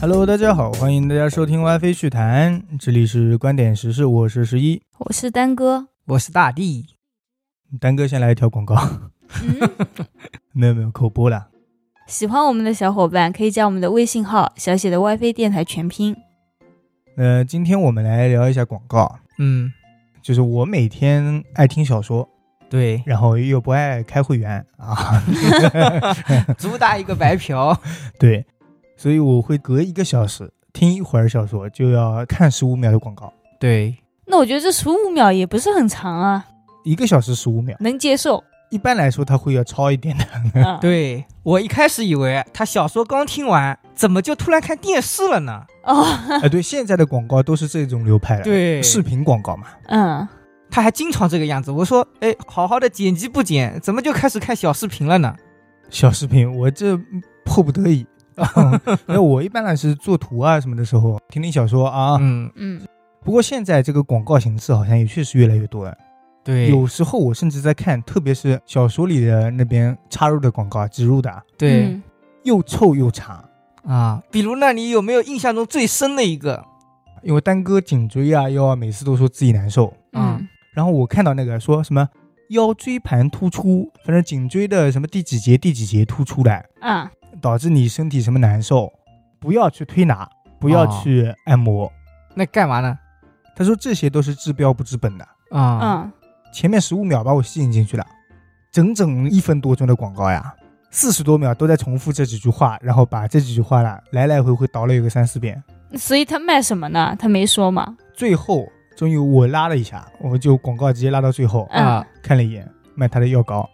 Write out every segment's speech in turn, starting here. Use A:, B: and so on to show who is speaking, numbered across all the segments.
A: Hello，大家好，欢迎大家收听 WiFi 趣谈，这里是观点时事，我是十一，
B: 我是丹哥，
C: 我是大地。
A: 丹哥先来一条广告，
B: 嗯，
A: 没有没有口播啦。
B: 喜欢我们的小伙伴可以加我们的微信号，小写的 WiFi 电台全拼。
A: 呃，今天我们来聊一下广告，
C: 嗯，
A: 就是我每天爱听小说，
C: 对
A: ，然后又不爱开会员啊，
C: 主打一个白嫖。
A: 对，所以我会隔一个小时听一会儿小说，就要看十五秒的广告，
C: 对，
B: 那我觉得这十五秒也不是很长啊，
A: 一个小时十五秒，
B: 能接受。
A: 一般来说它会要超一 点的。
B: 啊、，
C: 对我一开始以为他小说刚听完，怎么就突然看电视了呢？
B: 哦，
A: 啊，对，现在的广告都是这种流派了，，
C: 对
A: 哎视频广告嘛，
B: 嗯，
C: 他还经常这个样子。我说，哎，好好的剪辑不剪，怎么就开始看小视频了呢？
A: 小视频，我这嗯迫不得 已。那我一般来是做图啊什么的时候听听小说啊，
C: 嗯，
B: 嗯，
A: 不过现在这个广告形式好像也确实越来越多了。
C: 对，
A: 有时候我甚至在看，特别是小说里的那边插入的广告、植入的啊，
C: 对、
B: 嗯
A: 又臭又长。
C: 啊。比如那你有没有印象中最深的一个？
A: 因为丹哥颈椎啊腰啊，每次都说自己难受。
B: 嗯
A: 然后我看到那个说什么腰椎盘突出，反正颈椎的什么第几节第几节突出来，
B: 啊，
A: 导致你身体什么难受，不要去推拿，不要
C: 哦
A: 去按摩。
C: 那干嘛呢？
A: 他说这些都是治标不治本的。
C: 啊、
B: 嗯，
A: 前面十五秒把我吸引进去了，整整一分多钟的广告呀，四十多秒都在重复这几句话，然后把这几句话啦来来回回倒了有个三四遍，
B: 嗯所以他卖什么呢？他没说 嘛。
A: 最后终于我拉了一下，我就广告直接拉到最后，
B: 嗯
C: 啊，
A: 看了一眼卖他的药膏，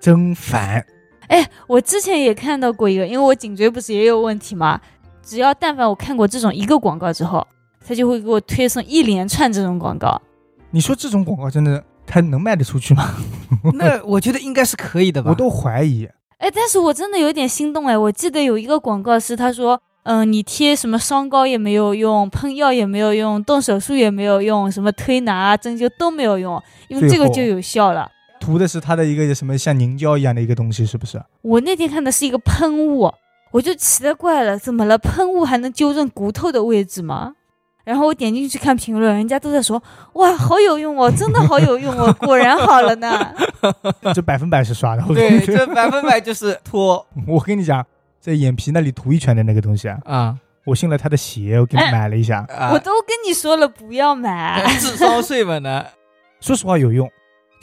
A: 真烦。
B: 哎，我之前也看到过一个，因为我颈椎不是也有问题嘛，只要但凡我看过这种一个广告之后，他就会给我推送一连串这种广告。
A: 你说这种广告真的他能卖得出去吗？
C: 那我觉得应该是可以的吧。
A: 我都怀疑。
B: 哎，但是我真的有点心动哎！我记得有一个广告是他说，嗯、你贴什么霜膏也没有用，喷药也没有用，动手术也没有用，什么推拿啊、针灸都没有用，用
A: 最
B: 这个
A: 后
B: 就有效了。
A: 涂的是他的一个什么像凝胶一样的一个东西，是不 是？
B: 我那天看的是一个喷雾，我就奇了怪了，怎么了？喷雾还能纠正骨头的位置吗？然后我点进去看评论，人家都在说，哇，好有用哦，真的好有用哦，果然好 了呢。
A: 这百分百是刷的。我跟
C: 对，
A: 你
C: 这百分百就是托
A: 我跟你讲，在眼皮那里涂一圈的那个东西啊，
C: 啊
A: 我信了他的邪，我给你
B: 哎
A: 买了一下。
C: 啊
B: 我都跟你说了不要买，
C: 智商税吧呢？
A: 说实话有用，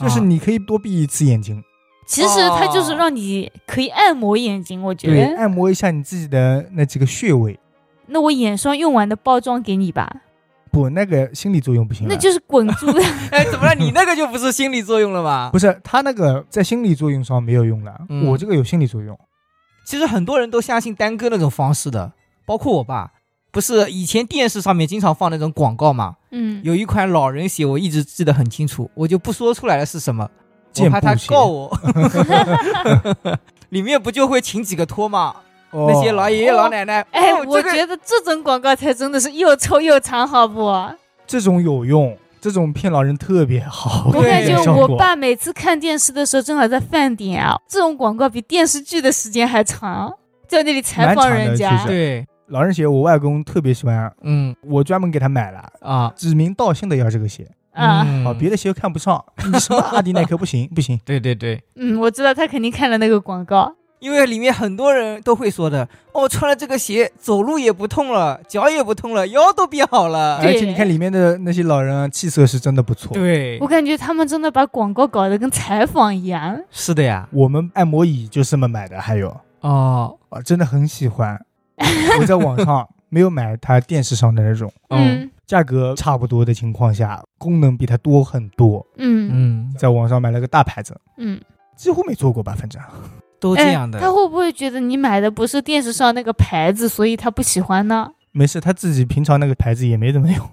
C: 啊
A: 就是你可以多闭一次眼睛，
B: 其实它就是让你可以按摩眼睛，我觉
A: 哦对，
B: 得。
A: 按摩一下你自己的那几个穴位。
B: 那我眼霜用完的包装给你吧，
A: 不，那个心理作用不行了。
B: 那就是滚珠 的。
C: 哎，怎么了？你那个就不是心理作用了吧？
A: 不是他那个在心理作用上没有用了，
C: 嗯
A: 我这个有心理作用。
C: 其实很多人都相信单哥那种方式的，包括我爸。不是以前电视上面经常放那种广告嘛？
B: 嗯，
C: 有一款老人鞋，我一直记得很清楚，我就不说出来了是什么，我
A: 健
C: 怕他
A: 步鞋
C: 告我。 里面不就会请几个托吗？
A: 哦
C: 那些老爷爷
B: 哦
C: 老奶奶，
B: 哎，
C: 哦
B: 我
C: 这个
B: 觉得这种广告才真的是又臭又长，好不？
A: 这种有用，这种骗老人特别好。
B: 我
C: 对
B: 感觉
A: 效果
B: 我爸每次看电视的时候，正好在饭点啊，这种广告比电视剧的时间还长，在那里采访人
A: 蛮
B: 家
A: 长的。
C: 对，
A: 老人鞋我外公特别喜欢，
C: 嗯
A: 我专门给他买了，
C: 啊
A: 指名道姓的要这个鞋。
B: 啊，
C: 嗯
A: 啊，别的鞋看不上，你什么阿迪耐克不行不 行。
C: 对对对，
B: 嗯，我知道他肯定看了那个广告。
C: 因为里面很多人都会说的，哦，穿了这个鞋走路也不痛了，脚也不痛了，腰都变好了。
A: 而且你看里面的那些老人啊气色是真的不错。
C: 对
B: 我感觉他们真的把广告搞得跟采访一样。
C: 是的呀。
A: 我们按摩椅就是这么买的，还有
C: 哦，
A: 啊，真的很喜欢。 我在网上没有买它电视上的那种，
C: 哦
B: 嗯
A: 价格差不多的情况下，功能比它多很多。
B: 嗯
C: 嗯，
A: 在网上买了个大牌子，
B: 嗯，
A: 几乎没做过吧，反正
C: 都这
B: 哎
C: 样的。
B: 他会不会觉得你买的不是电视上那个牌子，所以他不喜欢呢？
A: 没事。他自己平常那个牌子也没怎么用，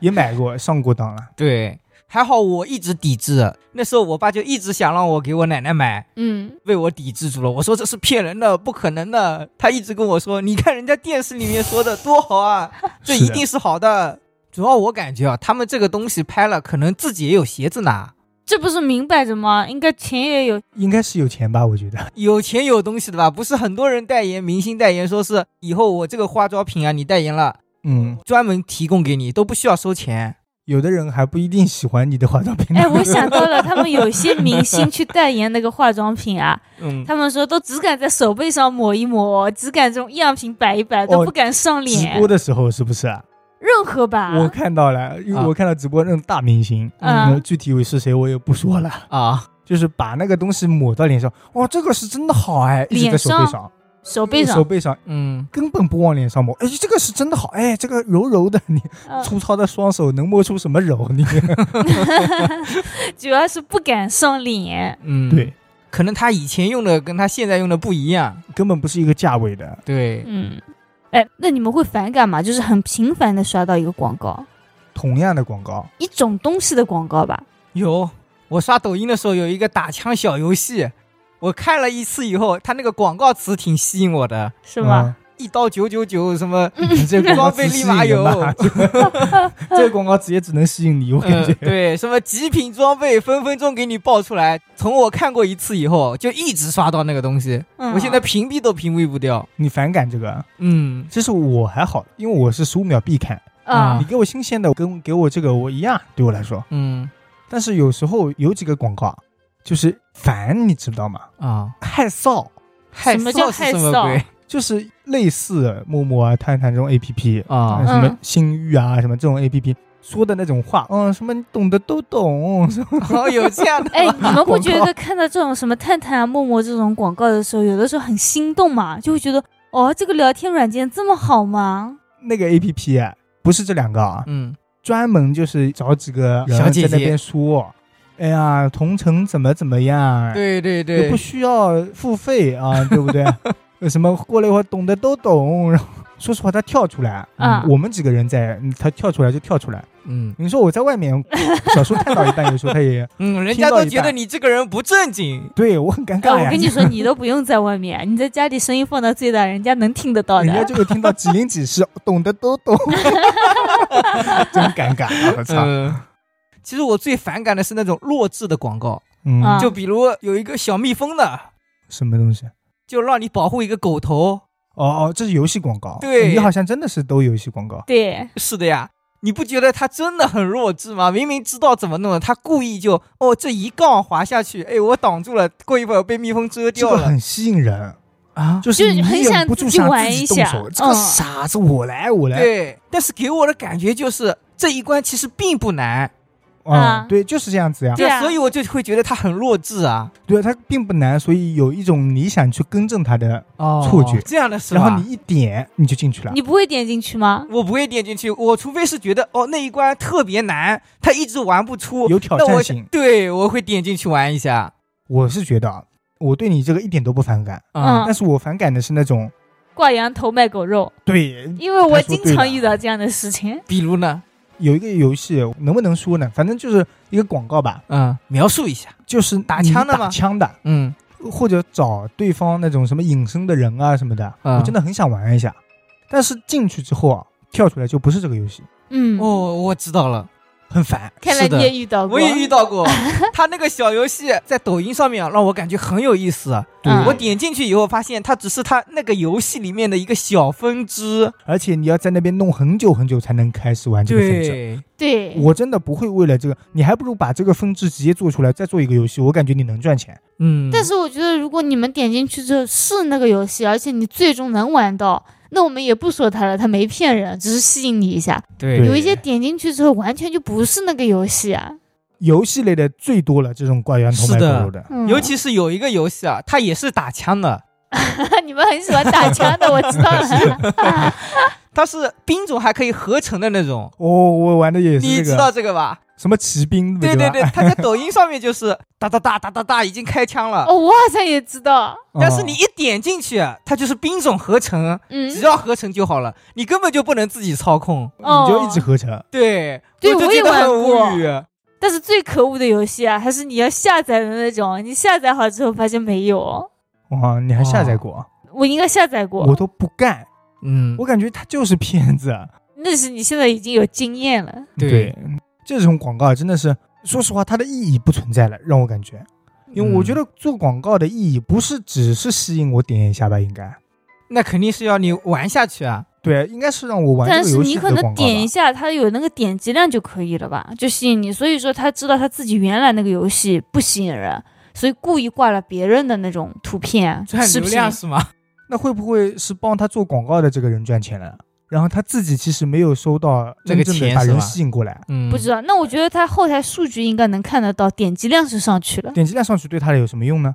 A: 也买过，上过当了。
C: 对，还好我一直抵制，那时候我爸就一直想让我给我奶奶买，
B: 嗯，
C: 被我抵制住了。我说这是骗人的，不可能的。他一直跟我说，你看人家电视里面说的多好 啊，这
A: 是
C: 一定是好的。主要我感觉啊，他们这个东西拍了，可能自己也有鞋子拿，
B: 这不是明摆着吗？应该钱也 有，
A: 应该是有钱吧？我觉得
C: 有钱有东西的吧？不是很多人代言，明星代言说是以后我这个化妆品啊，你代言了，
A: 嗯，
C: 专门提供给你，都不需要收钱。
A: 有的人还不一定喜欢你的化妆品。
B: 哎，我想到了，他们有些明星去代言那个化妆品啊，
C: 嗯，
B: 他们说都只敢在手背上抹一抹，只敢这种样品摆一摆，
A: 哦
B: 都不敢上
A: 直
B: 脸。啊
A: 播的时候是不是啊？
B: 任何吧，
A: 我看到了，因为
C: 啊
A: 我看到直播那种大明星，
B: 嗯
A: 嗯，具体我是谁我也不说了，
C: 啊，
A: 就是把那个东西抹到脸上，哇，这个是真的好哎，一直在手背上，
B: 手背
A: 手
B: 上，
A: 背上
C: 嗯，
A: 根本不往脸上抹，哎，这个是真的好哎，这个柔柔的，你
B: 嗯
A: 粗糙的双手能摸出什么柔？你
B: 主要是不敢上脸。
C: 嗯，，
A: 对，
C: 可能他以前用的跟他现在用的不一样。
A: 根本不是一个价位的，
C: 对，
B: 嗯，哎，那你们会反感吗？就是很频繁的刷到一个广告，
A: 同样的广告，
B: 一种东西的广告吧。
C: 有，我刷抖音的时候有一个打枪小游戏，我看了一次以后，它那个广告词挺吸引我的，
B: 是吗？
C: 一刀九九九什么，
A: 嗯？啊这个广告
C: 装备
A: 词
C: 立
A: 吸
C: 马
A: 引人
C: 有
A: 吧， 这个广告词也只能吸引 你，我感觉
C: 呃。对，什么极品装备分分钟给你爆出来。从我看过一次以后，就一直刷到那个东西，
B: 嗯
C: 我现在屏蔽都屏蔽不掉。
A: 你反感这个，
C: 嗯，
A: 其实我还好，因为我是十五秒必看，
B: 啊
A: 你，给我新鲜的，跟给我这个我一样，对我来说。
C: 嗯
A: 但是有时候有几个广告就是烦，你知道吗？
C: 啊，
A: 害臊，
C: 害
B: 什么叫
C: 臊是
B: 害
C: 什么
B: 臊
C: 鬼
A: 就是类似陌陌啊、探探这种 A P P，
C: 啊？
A: 什么
B: 嗯
A: 星域啊、什么这种 A P P 说的那种话，嗯，什么你懂的都懂，什么
C: 哦，有这 样的
B: 哎，
C: 吗？
B: 你们不觉得看到这种什么探探啊、陌陌这种广告的时候，有的时候很心动嘛？就会觉得哦，这个聊天软件这么好吗？
A: 那个 A P P 不是这两个啊，
C: 嗯
A: 专门就是找几个人
C: 小姐姐
A: 在那边说，哎呀，同城怎么怎么样，
C: 对对
A: 也
C: 对
A: 不，需要付费 啊，对不对？有什么过了一会儿懂的都懂，然后说实话，他跳出来，
B: 啊
A: 我们几个人在，嗯他跳出来就跳出来。
C: 嗯
A: 你说我在外面，小说 看到一半，有时候他也
C: 嗯，人
A: 听
C: 家
A: 到
C: 都
A: 一
C: 觉得
A: 半
C: 你这个人不正经。
A: 对我很尴
B: 哎，
A: 尬
B: 我
A: 呀。
B: 跟你说，你都不用在外面，你在家里声音放到最大，人家能听得到
A: 人家
B: 的。
A: 就会听到几零几是懂的都懂，真尴尬啊！我操，
C: 嗯，其实我最反感的是那种弱智的广告，
A: 嗯，
B: 啊
C: 就比如有一个小蜜蜂的，
A: 什么东西？
C: 就让你保护一个狗头。
A: 哦哦，这是游戏广告。
C: 对
A: 你好像真的是都游戏广告。
B: 对，
C: 是的呀，你不觉得他真的很弱智吗？明明知道怎么弄的，他故意就哦这一杠滑下去，哎，我挡住了，过一会儿被蜜蜂遮
A: 这
C: 掉
A: 个
C: 了
A: 很吸引人，
C: 啊。
A: 就是你
B: 就是很
A: 忍
B: 想
A: 不住
B: 自己
A: 想
B: 玩
A: 自己
B: 一
A: 动
B: 下
A: 手。这个
B: 嗯
A: 傻子，我来，我来。
C: 对，但是给我的感觉就是这一关其实并不难，
A: 啊
B: 啊，
A: 对，就是这样子呀。
B: 对啊
C: 所以我就会觉得他很弱智啊。
A: 对，它并不难，所以有一种你想去更正它的，
C: 哦
A: 错觉
C: 这样的是吧？
A: 然后你一点你就进去了
B: 你。不会点进去吗？
C: 我不会点进去，我除非是觉得哦那一关特别难，他一直玩不出，
A: 有挑
C: 那我
A: 战性
C: 对我会点进去玩一下。
A: 我是觉得啊，我对你这个一点都不反感，
C: 啊
B: 嗯
A: 但是我反感的是那种
B: 挂羊头卖狗肉，
A: 对
B: 因为我
A: 他说
B: 经
A: 对
B: 常
A: 的
B: 遇到这样的事情。
C: 比如呢，
A: 有一个游戏能不能说呢？反正就是一个广告吧，
C: 嗯，描述一下，
A: 就是你打
C: 枪的吗
A: 打枪的，
C: 嗯
A: 或者找对方那种什么隐身的人啊什么的，
C: 嗯
A: 我真的很想玩一下。但是进去之后啊，跳出来就不是这个游戏，
B: 嗯，
C: 哦，我知道了。
A: 很烦。
B: 看来
C: 是的
B: 你也遇到过。
C: 我也遇到过， 他那个小游戏在抖音上面啊让我感觉很有意思。
A: 对
B: 嗯
C: 我点进去以后，发现它只是它那个游戏里面的一个小分支。
A: 而且你要在那边弄很久很久才能开始玩这个分支。
C: 对，
B: 对，
C: 嗯
A: 我真的不会为了这个，你还不如把这个分支直接做出来，再做一个游戏，我感觉你能赚钱。
C: 嗯，
B: 但是我觉得，如果你们点进去之后是那个游戏，而且你最终能玩到，那我们也不说它了，它没骗人，只是吸引你一下。
C: 对
B: 有一些点进去之后，完全就不是那个游戏啊。
A: 游戏类的最多了，这种挂羊头卖
C: 是的
A: 狗肉的，
B: 嗯、
C: 尤其是有一个游戏啊，它也是打枪的，
B: 你们很喜欢打枪的，我 知道了。
C: 它是兵种还可以合成的那种。
A: 哦，我玩的也是
C: 你
A: 这
C: 知
A: 个
C: 道这个吧？
A: 什么骑兵，
C: 对
A: 对
C: 对
A: 吧
C: 对，，它在抖音上面就是 哒哒哒哒哒哒已经开枪了，
B: 哦，我好像也知道。
A: 嗯
C: 但是你一点进去，它就是兵种合成，
B: 嗯
C: 只，要合成就好了，你根本就不能自己操控。
A: 哦你就一直合成，
C: 对，
B: 对
C: 我就
B: 我
C: 觉
B: 也
C: 得
B: 玩
C: 很
B: 过
C: 无语。
B: 但是最可恶的游戏啊，还是你要下载的那种，你下载好之后发现没有。
A: 哇，你还下载过？
B: 我应该下载过，
A: 我都不干，
C: 嗯，
A: 我感觉他就是骗子。
B: 那是你现在已经有经验了。
C: 对
A: 这种广告真的是，说实话，它的意义不存在了，让我感觉，因
C: 嗯
A: 为我觉得做广告的意义不是只是吸引我点一下吧，应该
C: 那肯定是要你玩下去啊。
A: 对，应该是让我玩
B: 但
A: 这个
B: 是
A: 游
B: 你
A: 戏的
B: 可
A: 广告
B: 能
A: 吧。
B: 点一下，它有那个点击量就可以了吧，就吸引你。所以说他知道他自己原来那个游戏不吸引人，所以故意挂了别人的那种图片啊、
C: 赚
B: 视
C: 流
B: 频。
C: 量是吗？
A: 那会不会是帮他做广告的这个人赚钱了？然后他自己其实没有收到
C: 这个
A: 真正的
C: 钱
A: 把
C: 是
A: 人
C: 吧
A: 吸引过来，
C: 嗯，
B: 不知道，那我觉得他后台数据应该能看得到，点击量是上去了。
A: 点击量上去对他有什么用呢？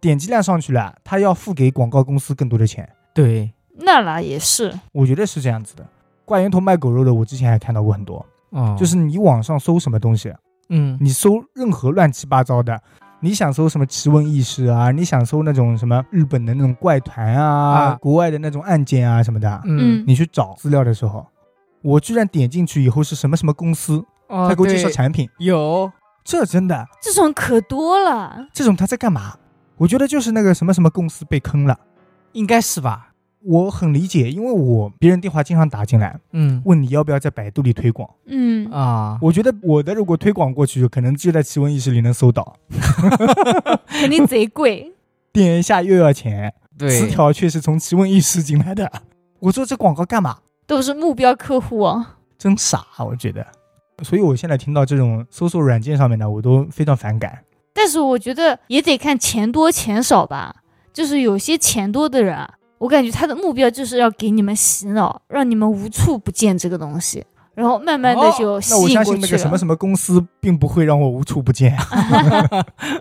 A: 点击量上去了，他要付给广告公司更多的钱，
C: 对，
B: 那啦也是，
A: 我觉得是这样子的。挂羊头卖狗肉的，我之前还看到过很多，
C: 哦，
A: 就是你网上搜什么东西，
C: 嗯，
A: 你搜任何乱七八糟的，你想搜什么奇闻异事啊，你想搜那种什么日本的那种怪谈啊，
C: 啊
A: 国外的那种案件啊什么的，
B: 嗯，
A: 你去找资料的时候，我居然点进去以后是什么什么公司，
B: 嗯
C: 哦
A: 他给我介绍
C: 对
A: 产品，
C: 有，
A: 这真的
B: 这种可多了。
A: 这种他在干嘛？我觉得就是那个什么什么公司被坑了。
C: 应该是吧？
A: 我很理解，因为我别人电话经常打进来，
C: 嗯
A: 问你要不要在百度里推广。
B: 嗯，
C: 啊，
A: 我觉得我的如果推广过去，可能就在奇闻异事里能搜到，
B: 肯定贼贵。
A: 点一下又要钱。
C: 对
A: 词条却是从奇闻异事进来的。 我做这广告干嘛？
B: 都是目标客户啊。
A: 真傻，我觉得。所以我现在听到这种搜索软件上面的，我都非常反感。
B: 但是我觉得也得看钱多钱少吧，就是有些钱多的人啊，我感觉他的目标就是要给你们洗脑，让你们无处不见这个东西，然后慢慢的就吸
A: 哦那我
B: 引
A: 相
B: 过
A: 信那
B: 去啊
A: 个什
B: 了
A: 么。什么公司，并不会让我无处不 见。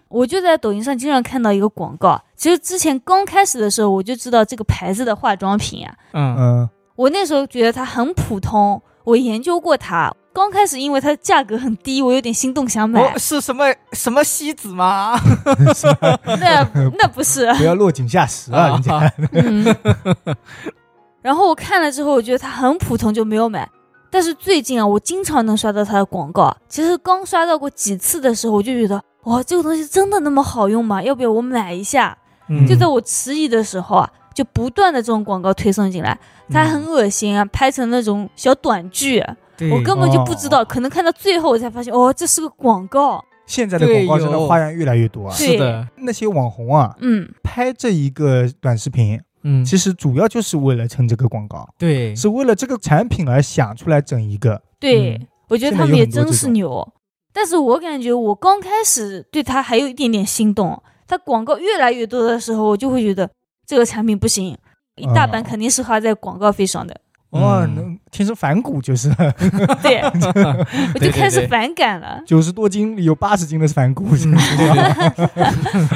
B: 我就在抖音上经常看到一个广告，其实之前刚开始的时候我就知道这个牌子的化妆品啊，
C: 嗯
A: 嗯，
B: 我那时候觉得它很普通，我研究过它。刚开始因为它的价格很低，我有点心动想买，
C: 哦，是什么什么西子吗？
B: 那那不是，
A: 不要落井下石啊，人 家。
B: 嗯，然后我看了之后，我觉得它很普通，就没有买。但是最近啊，我经常能刷到它的广告。其实刚刷到过几次的时候，我就觉得哇，这个东西真的那么好用吗？要不要我买一下？
C: 嗯
B: 就在我迟疑的时候啊，就不断的这种广告推送进来，它很恶心啊，拍成那种小短剧，
C: 对
B: 我根本就不知道。
A: 嗯哦
B: 可能看到最后我才发现，哦，这是个广告。
A: 现在的
C: 对
A: 广告真的
C: 有
A: 花样越来越多啊。
B: 对
C: 是的，
A: 那些网红啊，
B: 嗯，
A: 拍这一个短视频，
C: 嗯，
A: 其实主要就是为了蹭这个广告，
C: 对，
A: 是为了这个产品而想出来整一个。
B: 对，
C: 嗯
B: 我觉得
A: 现
B: 他
A: 在
B: 们
A: 有
B: 也
A: 很多
B: 真
A: 这
B: 是
A: 种
B: 牛。但是我感觉我刚开始对他还有一点点心动，他广告越来越多的时候，我就会觉得这个产品不行，一大
A: 嗯
B: 半肯定是花在广告费上的。
A: 哦，
C: 嗯
A: 能天生反骨就是
B: 对，我就
C: 对对
B: 开始
C: 对
B: 反感了。
A: 九十多斤里有八十斤的是反骨，
C: 嗯对对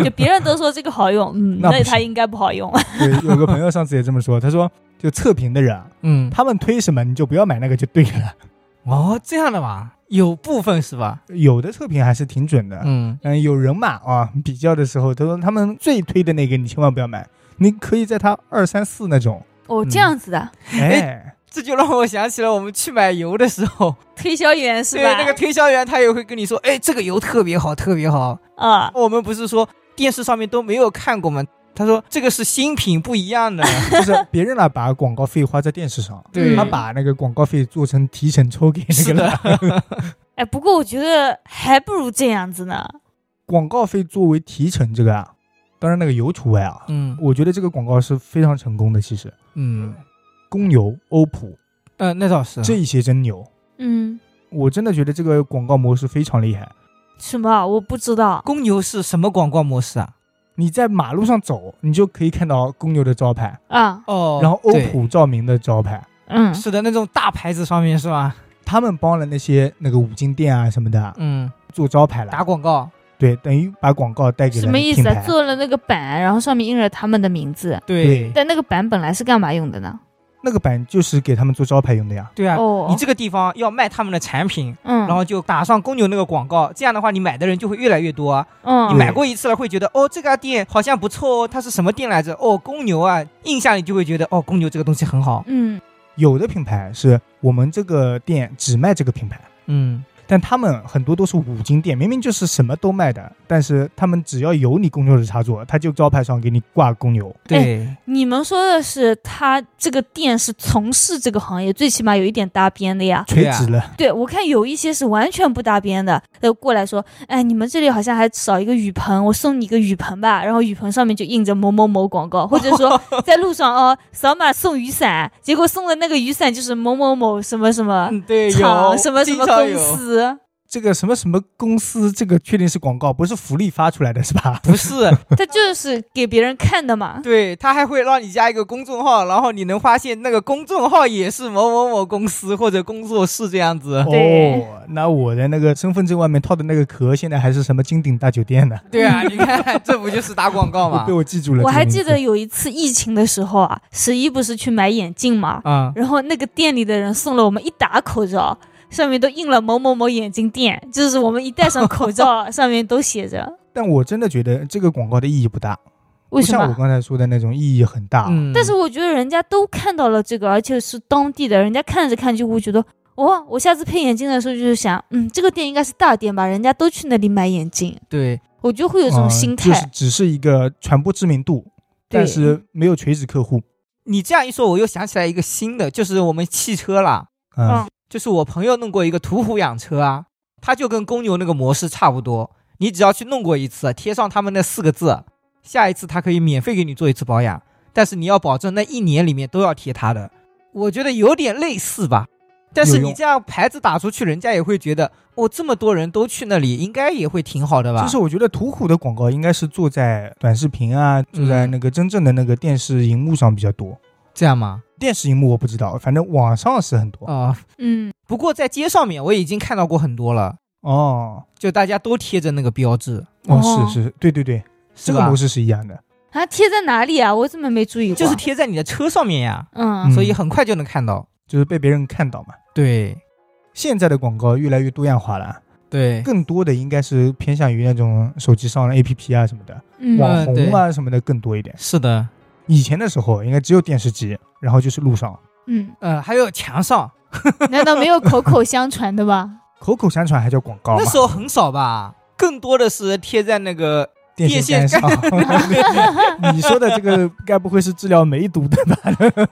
B: 就别人都说这个好用，嗯，
A: 那
B: 那
A: 不
B: 它
A: 行
B: 应该不好用。
A: 对，有个朋友上次也这么说，他说就测评的人啊，
C: 嗯，
A: 他们推什么你就不要买那个就对了。
C: 哦，这样的嘛，有部分是吧？
A: 有的测评还是挺准的，
C: 嗯，
A: 嗯，有人嘛啊，比较的时候，他说他们最推的那个你千万不要买，你可以在他二三四那 种，
B: 哦，
C: 嗯
B: 这样子的
A: 哎，
C: 这就让我想起了我们去买油的时候，
B: 推销员是
C: 对
B: 吧？
C: 那个推销员他也会跟你说，哎，这个油特别好，特别好。
B: 啊，
C: 我们不是说电视上面都没有看过吗？他说这个是新品，不一样的。
A: 就是别人啊把广告费花在电视 上，
B: 对
A: 他把那个广告费做成提成抽给那
C: 是
A: 个
C: 的
A: 了。
B: 哎，不过我觉得还不如这样子呢。
A: 广告费作为提成，这个啊，当然那个油除外啊，
C: 嗯
A: 我觉得这个广告是非常成功的。其实，
C: 嗯，
A: 公牛、欧普
C: 呃，那倒
B: 啊
C: 是
A: 这一些真牛，
B: 嗯，
A: 我真的觉得这个广告模式非常厉害。
B: 什么？我不知道。
C: 公牛是什么广告模式啊？
A: 你在马路上走，你就可以看到公牛的招牌，
B: 啊，
C: 哦
A: 然后欧
C: 对
A: 普、照明的招牌。
B: 嗯，
C: 是的那种大牌子上面是吧？
A: 他们帮了那些那个五金店啊什么的
C: 嗯，
A: 做招牌
C: 打
A: 了，
C: 广告，
A: 对，等于把广告带给了
B: 什么意思
A: 品
B: 啊？
A: 牌。
B: 做了那个板，然后上面印了他们的名字，
A: 对，
B: 但那个板本来是干嘛用的呢？
A: 那个板就是给他们做招牌用的呀。
C: 对啊，
B: 哦
C: 你，这个地方要卖他们的产品，
B: 嗯，
C: 然后就打上公牛那个广告，这样的话你买的人就会越来越多啊。
B: 嗯，
C: 你买过一次了，会觉得哦这家店好像不错哦，它是什么店来着？哦公牛啊，印象里就会觉得哦公牛这个东西很好。
B: 嗯
A: 有的品牌是我们这个店只卖这个品牌，
C: 嗯，
A: 但他们很多都是五金店，明明就是什么都卖的，但是他们只要有你公牛的插座，他就招牌上给你挂公牛。
C: 对，
B: 你们说的是他这个店是从事这个行业，最起码有一点搭边的呀。
A: 垂
C: 对啊
A: 直了，
B: 对，我看有一些是完全不搭边的，呃，过来说，哎，你们这里好像还少一个雨棚，我送你一个雨棚吧。然后雨棚上面就印着某某某广 告，或者说在路上哦，扫码送雨伞，结果送的那个雨伞就是某某某什么什么
C: 嗯对，有
B: 厂什么什
C: 经
B: 么
C: 常
B: 公
C: 有
B: 司，
A: 这个什么什么公司，这个确定是广告，不是福利发出来的是吧？
C: 不是，
B: 他就是给别人看的嘛。
C: 对他还会让你加一个公众号，然后你能发现那个公众号也是某某某公司或者工作室这样子。
B: 对
A: 哦，那我的那个身份证外面套的那个壳，现在还是什么金鼎大酒店呢？
C: 对啊，你看这不就是打广告
A: 我
C: 吗
A: 被？我记住了。
B: 我还记
A: 这个
B: 得
A: 名字
B: 有一次疫情的时候啊，十一不是去买眼镜嘛，
C: 啊，
B: 然后那个店里的人送了我们一打口罩，上面都印了某某某眼镜店，就是我们一戴上口 罩，上面都写着。
A: 但我真的觉得这个广告的意义不大，
B: 为什
A: 不像我
B: 么？啊
A: 刚才说的那种意义很大。
C: 嗯，
B: 但是我觉得人家都看到了这个，而且是当地的，人家看着看着就会觉得，哦，我下次配眼镜的时候就是想，嗯，这个店应该是大店吧，人家都去那里买眼镜，
C: 对
B: 我就会有这
A: 嗯
B: 种心态。
A: 就是只是一个传播知名度，
B: 对
A: 但是没有垂直客户。
C: 你这样一说，我又想起来一个新的，就是我们汽车啦，
A: 嗯
B: 嗯，
C: 就是我朋友弄过一个途虎养车啊，它就跟公牛那个模式差不多，你只要去弄过一次，贴上他们那四个字，下一次它可以免费给你做一次保养，但是你要保证那一年里面都要贴它的。我觉得有点类似吧，但是
A: 有用
C: 你这样牌子打出去，人家也会觉得哦，这么多人都去那里，应该也会挺好的吧？
A: 就是我觉得途虎的广告应该是做在短视频
C: 嗯
A: 啊，做在那个真正的那个电视荧幕上比较多。
C: 这样吗？
A: 电视荧幕我不知道，反正网上是很多。
C: 啊、
B: 嗯，
C: 不过在街上面我已经看到过很多了，
A: 哦
C: 就大家都贴着那个标志，
A: 哦，是是，对对对，
C: 是
A: 这个
C: 吧
A: 模？式是一样的。
B: 啊，贴在哪里啊？我怎么没注意过？
C: 就是贴在你的车上面呀，
B: 嗯
A: 嗯
C: 所以很快就能看到。
A: 就是被别人看到嘛。
C: 对
A: 现在的广告越来越多样化
C: 嗯
A: 了，
C: 对，
A: 更多的应该是偏向于那种手机上的 APP 啊什么的，
B: 嗯
A: 网
C: 嗯对
A: 红啊什么的更多一点。
C: 是的，
A: 以前的时候应该只有电视机，然后就是路上
B: 嗯，
C: 呃，还有墙上，
B: 难道没有口口相传的吧？
A: 口口相传还叫广告
C: 那
A: 嘛，
C: 时候很少吧，更多的是贴在那个
A: 电线杆上。 你说的这个该不会是治疗梅毒的吧？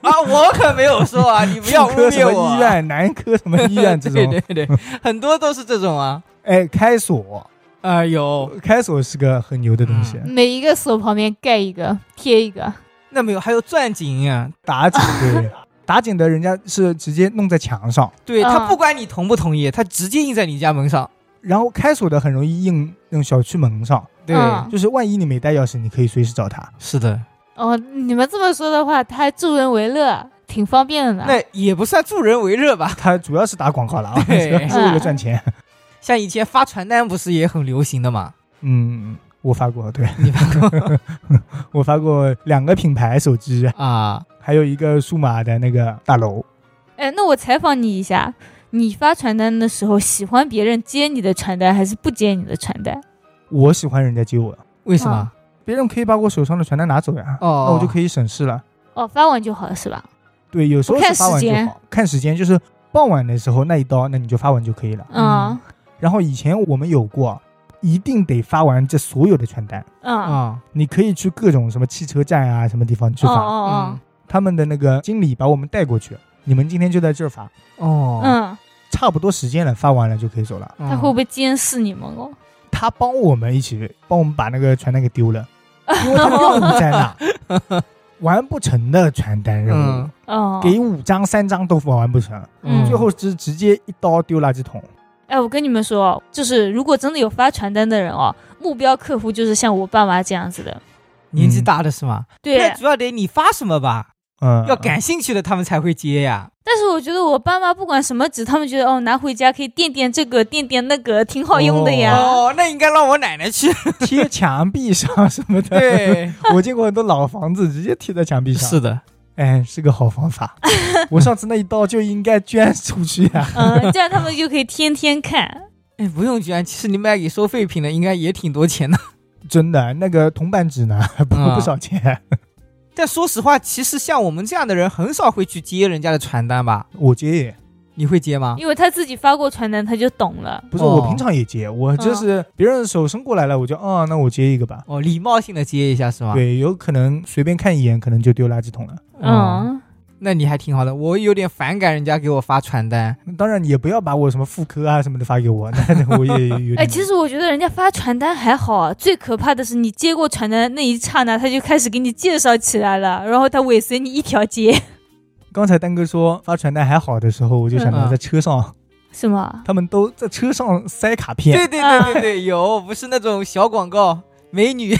C: 啊，我可没有 说啊， 你不要污
A: 妇科什
C: 蔑我
A: 么
C: 啊。
A: 医院、男科什么医 院这种
C: 对，对对，很多都是这种啊。
A: 哎，开锁，
C: 啊、有
A: 开锁是个很牛的东西，
C: 嗯
B: 每一个锁旁边盖一个，贴一个。
C: 那没有，还有钻井啊，
A: 打井 对，打井的人家是直接弄在墙上。
C: 对
B: 嗯
C: 他不管你同不同意，他直接印在你家门上。
A: 然后开锁的很容易印那种小区门上，
C: 对，
B: 嗯
A: 就是万一你没带钥匙，你可以随时找他。
C: 是的，
B: 哦，你们这么说的话，他还助人为乐，挺方便的呢。
C: 那也不算助人为乐吧。
A: 他主要是打广告了啊， 是
C: 对
A: 为了赚 钱。
C: 像以前发传单不是也很流行的嘛？
A: 嗯，我发过，对
C: 你发过
A: 我发过两个品牌手机，
C: 啊？
A: 还有一个数码的那个大楼。
B: 哎，那我采访你一下，你发传单的时候，喜欢别人接你的传单，还是不接你的传单？
A: 我喜欢人家接我，
C: 为什么？
A: 别人可以把我手上的传单拿走呀，
C: 哦
A: 啊那我就可以省事了。
B: 哦，发完就好了，是吧？
A: 对，有时候
B: 不看
A: 是发完就
B: 时间
A: 好，看时间就是傍晚的时候那一刀，那你就发完就可以了。
B: 嗯
A: 然后以前我们有过，一定得发完这所有的传单。
B: 嗯哦
C: 啊、
A: 你可以去各种什么汽车站啊，什么地方去
B: 哦
A: 发。
C: 嗯
B: 哦，
A: 他们的那个经理把我们带过去，你们今天就在这儿发，
C: 哦，
B: 嗯，
A: 差不多时间了，发完了就可以走了。
C: 嗯
B: 他会不会监视你们哦？
A: 他帮我们一起帮我们把那个传单给丢了，因为他任务在那， 完不成的传单任务，
C: 嗯
B: 哦，
A: 给五张三张都完不成，
B: 嗯
A: 最后是直接一刀丢垃圾桶。
B: 哎，我跟你们说，就是如果真的有发传单的人哦，目标客户就是像我爸妈这样子的。
C: 年纪大的是吗？
B: 对
C: 那，主要得你发什么吧，
A: 嗯，
C: 要感兴趣的他们才会接呀。
B: 但是我觉得我爸妈不管什么纸，他们觉得哦，拿回家可以垫垫这个，垫垫那个，挺好用的呀。
C: 哦，那应该让我奶奶去。
A: 贴墙壁上什么的。，
C: 对，
A: 我见过很多老房子直接贴在墙壁上。
C: 是的，
A: 哎，是个好方法。我上次那一刀就应该捐出去啊。
B: 嗯，这样他们就可以天天看。
C: 哎，不用捐，其实你卖给收废品的应该也挺多 钱的。
A: 真的，那个铜板纸呢，不、
C: 嗯
A: 不少钱。
C: 但说实话，其实像我们这样的人很少会去接人家的传单吧？
A: 我接，
C: 你会接吗？
B: 因为他自己发过传单，他就懂了。
A: 不是
C: 哦
A: 我平常也接，我就是别人手伸过来了，我就啊，那我接一个吧。
C: 哦，礼貌性的接一下是吗？，
A: 对，有可能随便看一眼，可能就丢垃圾桶了。啊
C: 嗯，
B: 嗯，
C: 那你还挺好的。我有点反感人家给我发传单，
A: 当然，也不要把我什么妇科啊什么的发给我，那那我也有点。
B: 哎，其实我觉得人家发传单还好啊，最可怕的是你接过传单那一刹那，他就开始给你介绍起来了，然后他尾随你一条街，
A: 刚才丹哥说发传单还好的时候，我就想到
C: 嗯
A: 在车 上，
B: 是吗？
A: 他们都在车上塞卡片。
C: 对对对对对，有不是那种小广告，美女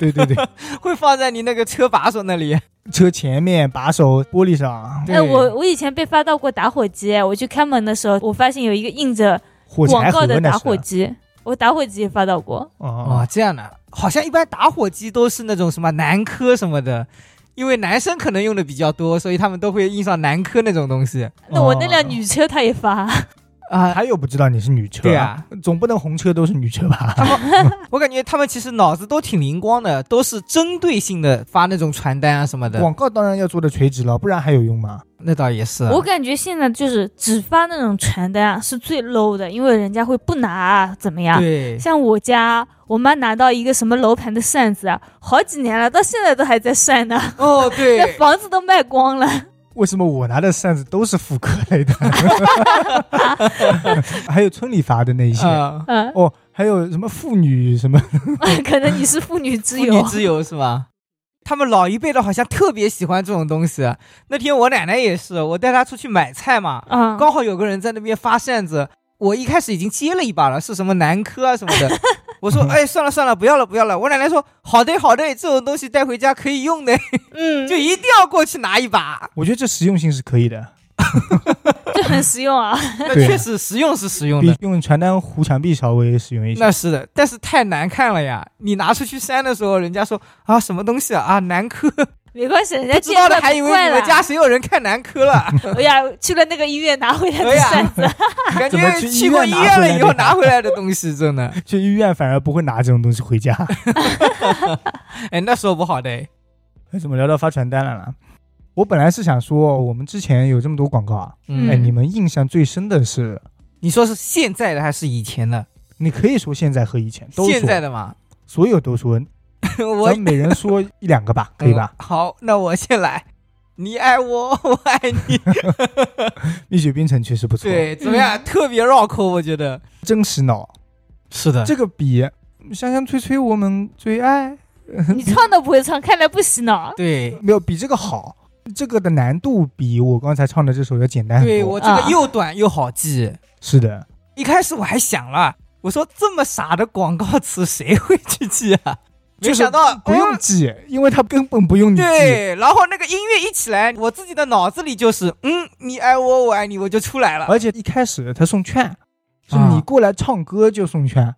A: 对对 对，
C: 会放在你那个车把手那
A: 哦
C: 里。
A: 车前面把手玻璃上，
B: 哎，我我以前被发到过打火机，哎我去开门的时候，我发现有一个印着
A: 火柴
B: 广
A: 盒
B: 告的
A: 那
B: 打
A: 是
B: 火。机，我打火机也发到过。
A: 啊
C: 哦，，这样的，好像一般打火机都是那种什么男科什么的，因为男生可能用的比较多，所以他们都会印上男科那种东西
B: 那我那
A: 哦
B: 辆女车他也发，
C: 啊。
A: 他又不知道你是女车，
C: 对啊，
A: 总不能红车都是女车 吧？
C: 我感觉他们其实脑子都挺灵光的，都是针对性的发那种传单啊什么的。
A: 广告当然要做的垂直了，不然还有用吗？
C: 那倒也是，啊
B: 我感觉现在就是只发那种传单啊是最 low 的，因为人家会不拿啊怎么样？
C: 对，
B: 像我家我妈拿到一个什么楼盘的扇子啊，好几年了，到现在都还在扇呢，
C: 哦
B: 那
C: 对，
B: 房子都卖光了。
A: 为什么我拿的扇子都是妇科类 的？还有村里发的那一些、
C: 啊，
B: 嗯，
A: 哦，还有什么妇女什么？
B: 可能你是妇女之
C: 哦妇女
B: 友。
C: 之友是吧？他们老一辈的好像特别喜欢这种东西。啊那天我奶奶也是，我带她出去买菜嘛，
B: 嗯，
C: 刚好有个人在那边发扇子，我一开始已经接了一把了，是什么南科啊 什么的。我说，哎，算了算了，不要了不要了。我奶奶说，好的好的，这种东西带回家可以 用的，
B: 嗯，
C: 就
B: 就
C: 一定要过去拿一 把。
A: 我觉得这实用性是可以的，
B: 就很实用啊。
C: 那
A: 对啊
C: 确实实用是实用
A: 比
C: 的，
A: 用传单糊墙壁稍微实用一些。
C: 那是的，但是太难看了呀。你拿出去扇的时候，人家说啊什么东西啊啊南科，
B: 没关系，人家
C: 知道的
B: 见怪
C: 还
B: 不
C: 以为
B: 怪
C: 你们
B: 了
C: 家谁有人看南 科了，
B: 哎呀，去了那个医院拿回来
C: 哎
B: 的
C: 呀
B: 扇子，
C: 感
A: 怎么
C: 觉
A: 去医
C: 去过
A: 院
C: 医
A: 拿
C: 院
A: 回
C: 了
A: 来
C: 以后
A: 的
C: 拿回来的东西，真的，
A: 去医院反而不会拿这种东西回 家。
C: 哎，那说不好的，哎
A: 哎怎么聊到发传单来了？我本来是想说，我们之前有这么多广告啊，
C: 嗯，
A: 哎，
B: 嗯
A: 你们印象最深的是？
C: 你说是现在的还是以前的？
A: 你可以说现在和以前都说，
C: 现在的嘛，
A: 所有都说，
C: 我
A: 咱们每人说一两个吧，可以吧？
C: 嗯好，那我先来。你爱我，我爱 你，
A: 蜜雪冰城确实不错，
C: 对，怎么样？
A: 嗯
C: 特别绕口，我觉得
A: 真实脑
C: 是的
A: 这个比香香脆脆我们最爱
B: 你唱都不会唱，看来不洗脑。
C: 对
A: 没有比这个好，这个的难度比我刚才唱的这首要简单很多。
C: 对，我这个
B: 啊
C: 又短又好记。
A: 是的，
C: 一开始我还想了，我说这么傻的广告词谁会去记啊？
A: 就是
C: 没想到
A: 不
C: 哎
A: 用
C: 呦
A: 记，因为它根本不用你记。
C: 对，然后那个音乐一起来，我自己的脑子里就是嗯，你爱我，我爱你，我就出来了。
A: 而且一开始他送券，是
C: 啊
A: 你过来唱歌就送券。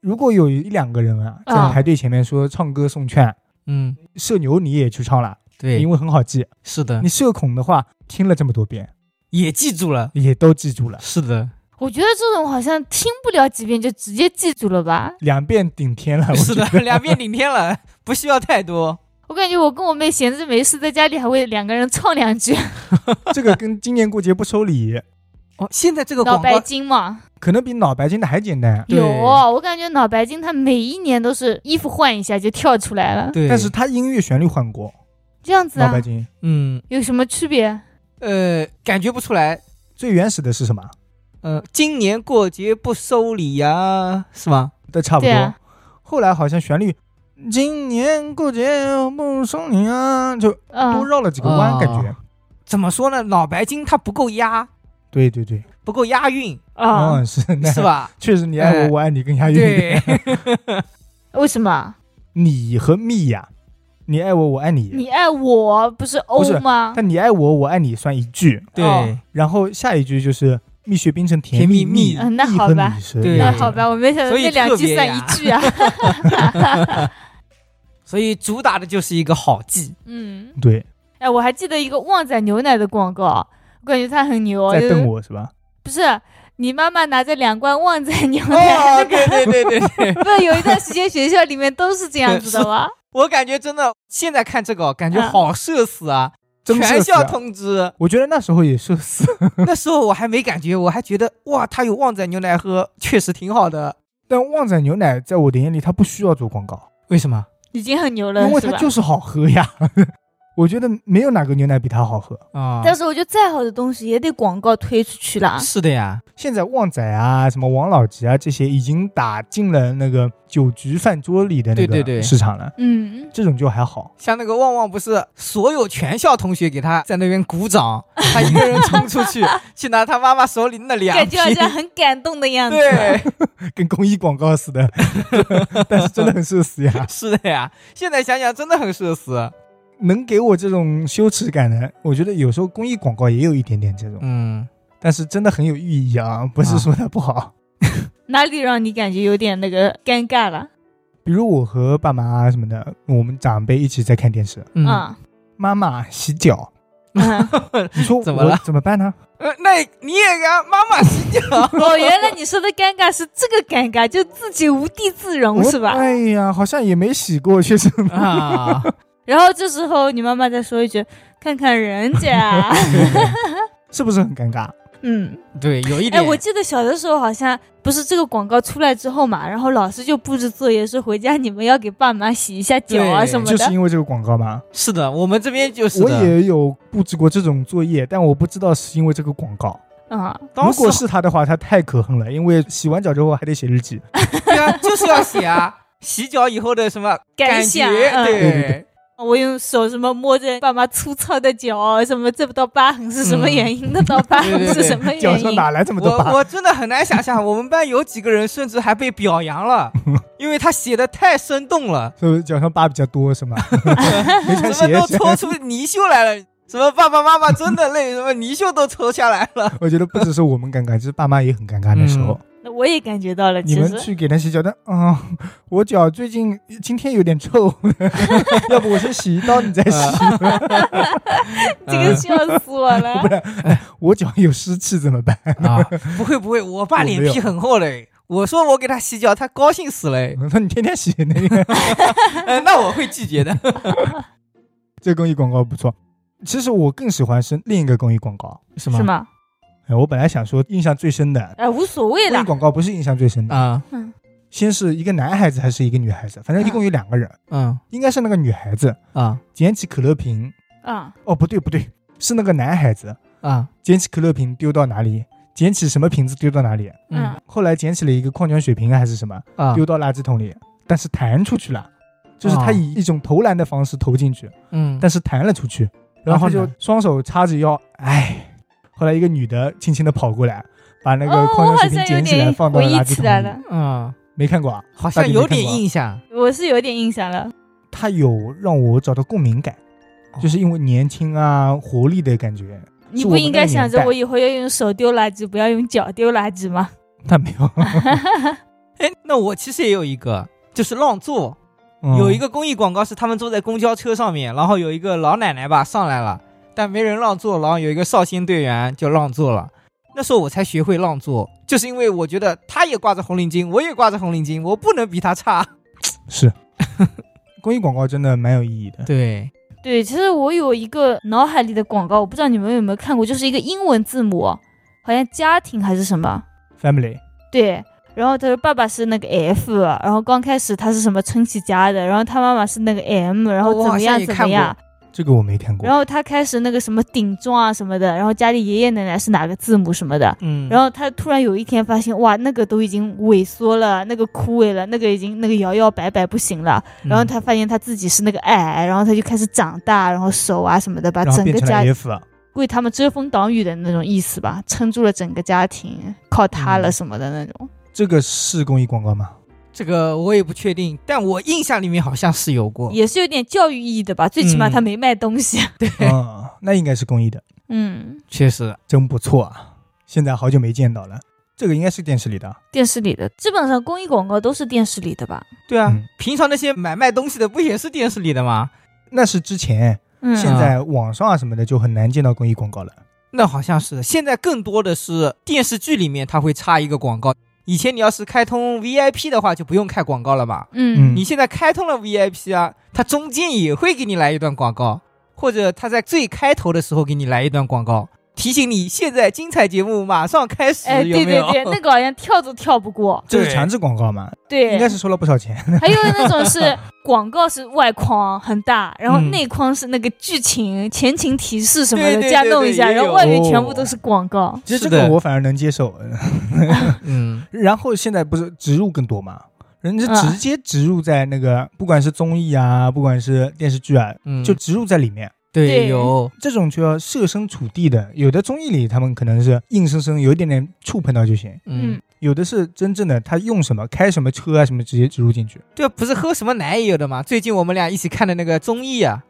A: 如果有一两个人啊在
B: 啊
A: 排队前面说唱歌送券，
C: 嗯，
A: 社牛你也去唱了，
C: 对嗯
A: 因，为很好记。
C: 是的
A: 你，社恐的话，听了这么多遍
C: 也记住了。
A: 也都记 住了，
C: 是的，
B: 我觉得这种好像听不了几遍就直接记住了吧。
A: 两遍顶天了。我
C: 是的
A: 觉得，
C: 两遍顶天了，不需要太多。
B: 我感觉我跟我妹闲着没事，在家里还会两个人唱两 句
A: 这个跟今年过节不收礼，
C: 哦，现在这个
B: 脑
C: 广告
B: 白金嘛。
A: 可能比脑白金的还简单。
C: 对
B: 有，我感觉脑白金它每一年都是衣服换一下就跳出来了，
C: 对，
A: 但是它音乐旋律换过，
B: 这样子
A: 脑
B: 啊
A: 白，金
C: 嗯
B: 有什么区别？
C: 呃，感觉不出来。
A: 最原始的是什么？
C: 呃，今年过节不收礼呀、是吗？
A: 都差不
B: 对
A: 多
B: 啊。
A: 后来好像旋律，今年过节不收礼啊，就多
B: 嗯，
A: 绕了几个弯，
C: 啊
A: 感觉。
C: 怎么说呢？脑白金它不够押，
A: 对对对，
C: 不够押韵，
B: 啊，
A: 嗯，是那
C: 是？吧？
A: 确实，你爱
C: 哎
A: 我，我爱你更押韵一点。
C: 对，
B: 为什么？
A: 你和蜜呀，你爱我，我爱你。
B: 你爱我不是
A: 不是
B: O 吗？
A: 但你爱我，我爱你算一句，
C: 对、
B: 哦
A: 然后下一句就是蜜雪冰城甜蜜蜜，
C: 甜蜜蜜
B: 嗯那
A: 蜜
B: 好
A: 和
B: 吧
A: 你是
C: 对
A: 一样的
B: 那啊好吧，我没想到
C: 所以
B: 那两
C: 特
B: 句
C: 别
B: 算一
C: 呀
B: 句啊。啊
C: 所以主打的就是一个好 记。
B: 嗯，
A: 对，
B: 哎，我还记得一个旺仔牛奶的广告，我感觉它很牛，
A: 在
B: 就是
A: 瞪我是吧？
B: 不是你妈妈拿着两罐旺仔 牛奶，
C: 哦，对对对对 对，
B: 不是有一段时间学校里面都是这样子的吗？
C: 我感觉真的现在看这个感觉
B: 嗯
C: 好社死啊！
A: 真社
C: 全
A: 死
C: 校
A: 啊！
C: 通知。
A: 我觉得那时候也社死，
C: 那时候我还没感觉，我还觉得哇，他有旺仔牛奶喝，确实挺好的。
A: 但旺仔牛奶在我的眼里，它不需要做广告，
C: 为什么
B: 已经很牛了，
A: 因为
B: 是
A: 它
B: 吧？
A: 就是好喝呀。 我觉得没有哪个牛奶比它好喝。
C: 啊？
B: 但是我觉啊得再好的东西也得广告推出去啦。
C: 是的呀，
A: 现在旺仔啊、什么王老吉啊这些已经打进了那个酒局饭桌里的那
C: 对对对
A: 个市场了，
B: 嗯，
A: 这种就还好。
C: 像那个旺旺不是所有全校同学给他在那边 鼓掌，他一个人冲出去 去拿他妈妈手里那两
B: 感
C: 瓶
B: 觉，好像很感动的样子。
C: 对，
A: 跟公益广告似的，但是真的很社死呀。
C: 是的呀。现在想想真的很社死，
A: 能给我这种羞耻感的，我觉得有时候公益广告也有一点点这种，
C: 嗯，
A: 但是真的很有寓意啊，不是说它不好。
C: 啊
B: 哪里让你感觉有点那个尴尬了？
A: 比如我和爸妈啊什么的，我们长辈一起在看电视，
C: 嗯
B: 啊，
A: 妈妈洗脚，
B: 嗯
A: 你说
C: 怎么
A: 我
C: 了
A: 怎么办呢？
C: 呃，那你也给他妈妈洗 脚
B: 哦，原来你说的尴尬是这个尴尬，就自己无地自容
A: 我
B: 是吧？
A: 哎呀，好像也没洗过，确实。
C: 啊？
B: 然后这时候你妈妈再说一句：“看看人 家。
A: 是不是很尴尬？”
B: 嗯，
C: 对，有一
B: 哎，
C: 点，
B: 我记得小的时候好像不是这个广告出来之后嘛，然后老师就布置作业说回家你们要给爸妈洗一下脚啊
C: 对
B: 什么
A: 就
B: 的。
A: 是因为这个广告吗？
C: 是的，我们这边就是
A: 我
C: 的
A: 也有布置过这种作业，但我不知道是因为这个广告。
B: 啊，
C: 当
A: 如
C: 时
A: 果是他的话，他太可恨了，因为洗完脚之后还得写日记。
C: 对啊，就是要写啊，洗脚以后的什么
B: 感
C: 觉
B: 想，嗯
A: 对对对
C: 对，
B: 我用手什么摸着爸妈粗糙的脚，啊什么这不到疤痕是什么原因，那到疤痕是什么原因？
A: 脚上哪来这么多
C: 哎我
A: 疤？
C: 我真的很难想象，我们班有几个人甚至还被表扬 了，因为他写的太生动了，
A: 是不是脚上疤比较多 是吗？没穿
C: 什么都
A: 鞋，
C: 抽出泥鳅来了，什么爸爸妈妈真的累，什 么泥鳅都抽下来了。
A: 我觉得不只是我们尴尬，就是爸妈也很尴尬那时候。
C: 嗯
B: 那我也感觉到了，
A: 你
B: 其
A: 们
B: 实
A: 去给他洗脚，但啊、我脚最近今天有点臭， 要不我先洗一刀，你再洗。
C: 啊
B: 这个笑死我了。
A: 我脚有湿气怎么办？
C: 啊，不会不会，我爸
A: 我没
C: 脸
A: 有
C: 皮很厚嘞。我说我给他洗脚，他高兴死 嘞。
A: 我说你天天洗，那个
C: 哎，那我会拒绝的。
A: 这公益广告不错。其实我更喜欢是另一个公益广告，
C: 是
B: 是吗？
A: 哎，我本来想说印象最深的
B: 哎，无所谓
A: 公益
B: 啦。
A: 广告不是印象最深的，
C: 啊，
A: 先是一个男孩子还是一个女孩子，反正一共有两个人，
C: 嗯
A: 应该是那个女孩子
C: 啊
A: 捡起可乐瓶，
B: 啊，
A: 哦不对不对，是那个男孩子
C: 啊
A: 捡起可乐瓶丢到哪里，捡起什么瓶子丢到哪里，
B: 嗯，
A: 后来捡起了一个矿泉水瓶还是什么，
C: 啊
A: 丢到垃圾桶里，但是弹出去了，就是他
C: 啊
A: 以一种投篮的方式投进去，
C: 嗯
A: 但是弹了出去，然
C: 然
A: 后
C: 后
A: 他就
C: 呢
A: 双手叉着腰，哎，后来一个女的轻轻的跑过来，把那个
B: 哦，
A: 矿
B: 我好
A: 泉水
B: 像
A: 瓶
B: 有
A: 捡起来
B: 点
A: 放到
B: 回
A: 了
B: 忆
A: 垃圾
B: 起来
A: 桶
B: 了
A: 里，，
C: 啊，
A: 没看过啊，
C: 好
A: 大
C: 像
A: 家
C: 有
A: 没看
C: 点
A: 过啊
C: 印象。
B: 我是有点印象了。
A: 他有让我找到共鸣感，就是因为年轻啊活力的感觉，
B: 你
A: 是我
B: 不
A: 们
B: 应
A: 那个
B: 该
A: 年
B: 想着
A: 代
B: 我以后要用手丢垃圾，不要用脚丢垃圾吗？
A: 他没有，
C: 哎，那我其实也有一个，就是让座。
A: 嗯
C: 有一个公益广告是他们坐在公交车上面，然后有一个老奶奶吧上来了，但没人让座，然后有一个少先队员就让座了。那时候我才学会让座，就是因为我觉得他也挂着红领巾，我也挂着红领巾，我不能比他差。
A: 是 公益广告真的蛮有意义的，
C: 对，
B: 对，其实我有一个脑海里的广告，我不知道你们有没有看过，就是一个英文字母，好像家庭还是什么。
A: family
B: 对，然后他说爸爸是那个 F，然后刚开始他是什么撑起家的，然后他妈妈是那个 M，然后
C: 我
B: 怎
C: 好
B: 么
C: 像
B: 样
C: 也
B: 怎
C: 看
B: 么
C: 过
B: 样，
A: 这个我没看过
B: 然，后他开始那个什么顶撞啊什么的，然后家里爷爷奶奶是哪个字母什么的，
C: 嗯，
B: 然
C: 后
B: 后他突然有一天发现，哇，那个都已经萎缩了，那个枯萎了，那个已经那个摇摇摆摆不行了，
A: 嗯
B: 然后他发现他自己是那个矮，然后他就开始长大，然后手啊什么的，把
A: 然后
B: 整
A: 变
B: 个
A: 成了
B: 家
A: F 了。
B: 为他们遮风挡雨的那种意思吧，撑住了整个家庭，靠他
A: 嗯
B: 了什么的那种。
A: 这个是公益广告吗？
C: 这个我也不确定，但我印象里面好像是有
A: 哦
C: 过。
B: 也是有点教育意义的吧，最起码
C: 嗯
B: 他没卖东西。
A: 嗯，那应该是公益的，
B: 嗯，
C: 确实，
A: 真不错啊！现在好久没见到了，这个应该是电视里的。啊
B: 电视里的基本上公益广告都是电视里的吧。
C: 对啊，
A: 嗯
C: 平常那些买卖东西的不也是电视里的吗？
A: 那是之前，
B: 嗯，
A: 现在网上啊什么的就很难见到公益广告了。
C: 那好像是的，现在更多的是电视剧里面它会插一个广告。以前你要是开通 VIP 的话，就不用开广告了嘛。
B: 嗯
A: 嗯
C: 你现在开通了 VIP 啊，它中间也会给你来一段广告，或者他在最开头的时候给你来一段广告，提醒你现在精彩节目马上开始，
B: 哎，
C: 有
B: 对
C: 没
B: 对
C: 有？
B: 对，那个好像跳都跳不过，
A: 就是
C: 对
A: 强制广告嘛，
B: 对，
A: 应该是收了不少钱。
B: 还有那种是广告是外框很大，然后
C: 嗯
B: 内框是那个剧情、前情提示什么
C: 对
B: 的
C: 对
B: 加
C: 对
B: 弄
C: 对
B: 一下，
C: 也
B: 然后
C: 有哦
B: 外面全部都是广告。
A: 其实这
C: 是的
A: 个我反而能接受。
C: 嗯，
A: 然后现在不是植入更多嘛，人家
B: 嗯
A: 直接植入在那个不管是综艺啊，不管是电视剧啊，
C: 嗯
A: 就植入在里面。
C: 对
B: 对
C: 有，
A: 这种就要设身处地的，有的综艺里他们可能是硬生生有一点点触碰到就行，
C: 嗯，
A: 有的是真正的他用什么开什么车啊什么直接植入进去。
C: 对，不是喝什么奶也有的嘛。最近我们俩一起看的那个综艺啊，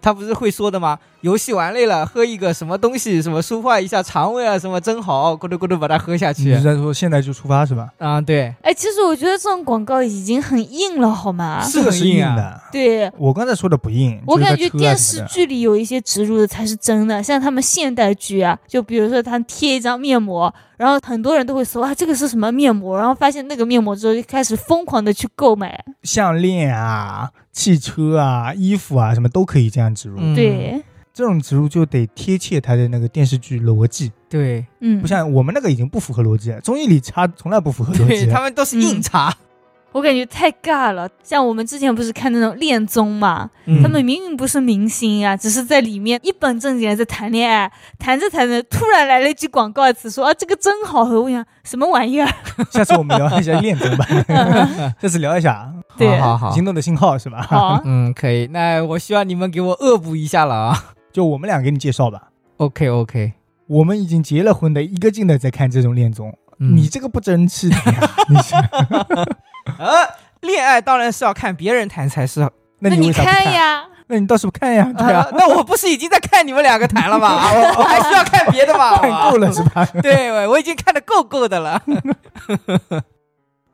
C: 他不是会说的吗？游戏玩累了，喝一个什么东西，什么舒化一下肠胃啊，什么真好，咕嘟咕嘟把它喝下
A: 你
C: 去
A: 是。在说现在就出发是吧？
C: 啊、对，
B: 哎，其实我觉得这种广告已经很硬了，好吗？
C: 是
A: 这个
C: 很
A: 是
C: 硬
A: 硬
C: 啊
A: 的。
B: 对，
A: 我刚才说的不硬，
B: 我
A: 就是在
B: 感觉
A: 车啊
B: 电
A: 什
B: 视
A: 么的
B: 剧里有一些植入的才是真的，像他们现代剧啊，就比如说他贴一张面膜，然后很多人都会说啊这个是什么面膜，然后发现那个面膜之后就开始疯狂的去购买。
A: 项链啊、汽车啊、衣服啊什么都可以这样植入。
C: 嗯
B: 对，
A: 这种植入就得贴切它的那个电视剧逻辑，
C: 对，
B: 嗯，
A: 不像我们那个已经不符合逻辑了。综艺里插从来不符合逻
C: 对
A: 辑
C: 他
A: 的。
C: 们都
B: 嗯
C: 是硬茬，
B: 我感觉太尬了。像我们之前不是看那种恋综嘛，
A: 嗯
B: 他们明明不是明星啊，只是在里面一本正经的在谈恋爱，谈着谈着突然来了一句广告词说啊这个真好喝，我想什么玩意 儿？
A: 下次我们聊一下恋 综吧，这次聊一下
B: 对
C: 嗯好好好
A: 行，动的信号是吧？
B: 好，
C: 嗯，可以。那我希望你们给我恶补一下了 啊。
A: 就我们俩给你介绍吧。
C: OK OK，
A: 我们已经结了婚的，一个劲的在看这种恋综，
C: 嗯
A: 你这个不争气的呀！你是
C: 呃，恋爱当然是要看别人谈才是。
A: 那你
B: 你
A: 为啥不
B: 看？呀，
A: 那你倒是不看呀？对 啊，
C: 呃 那我不是已经在看你们两个谈了 吗？我我还需要看别的 吗？
A: 看够了是 吧？
C: 我。对，我我已经看的够够的 了。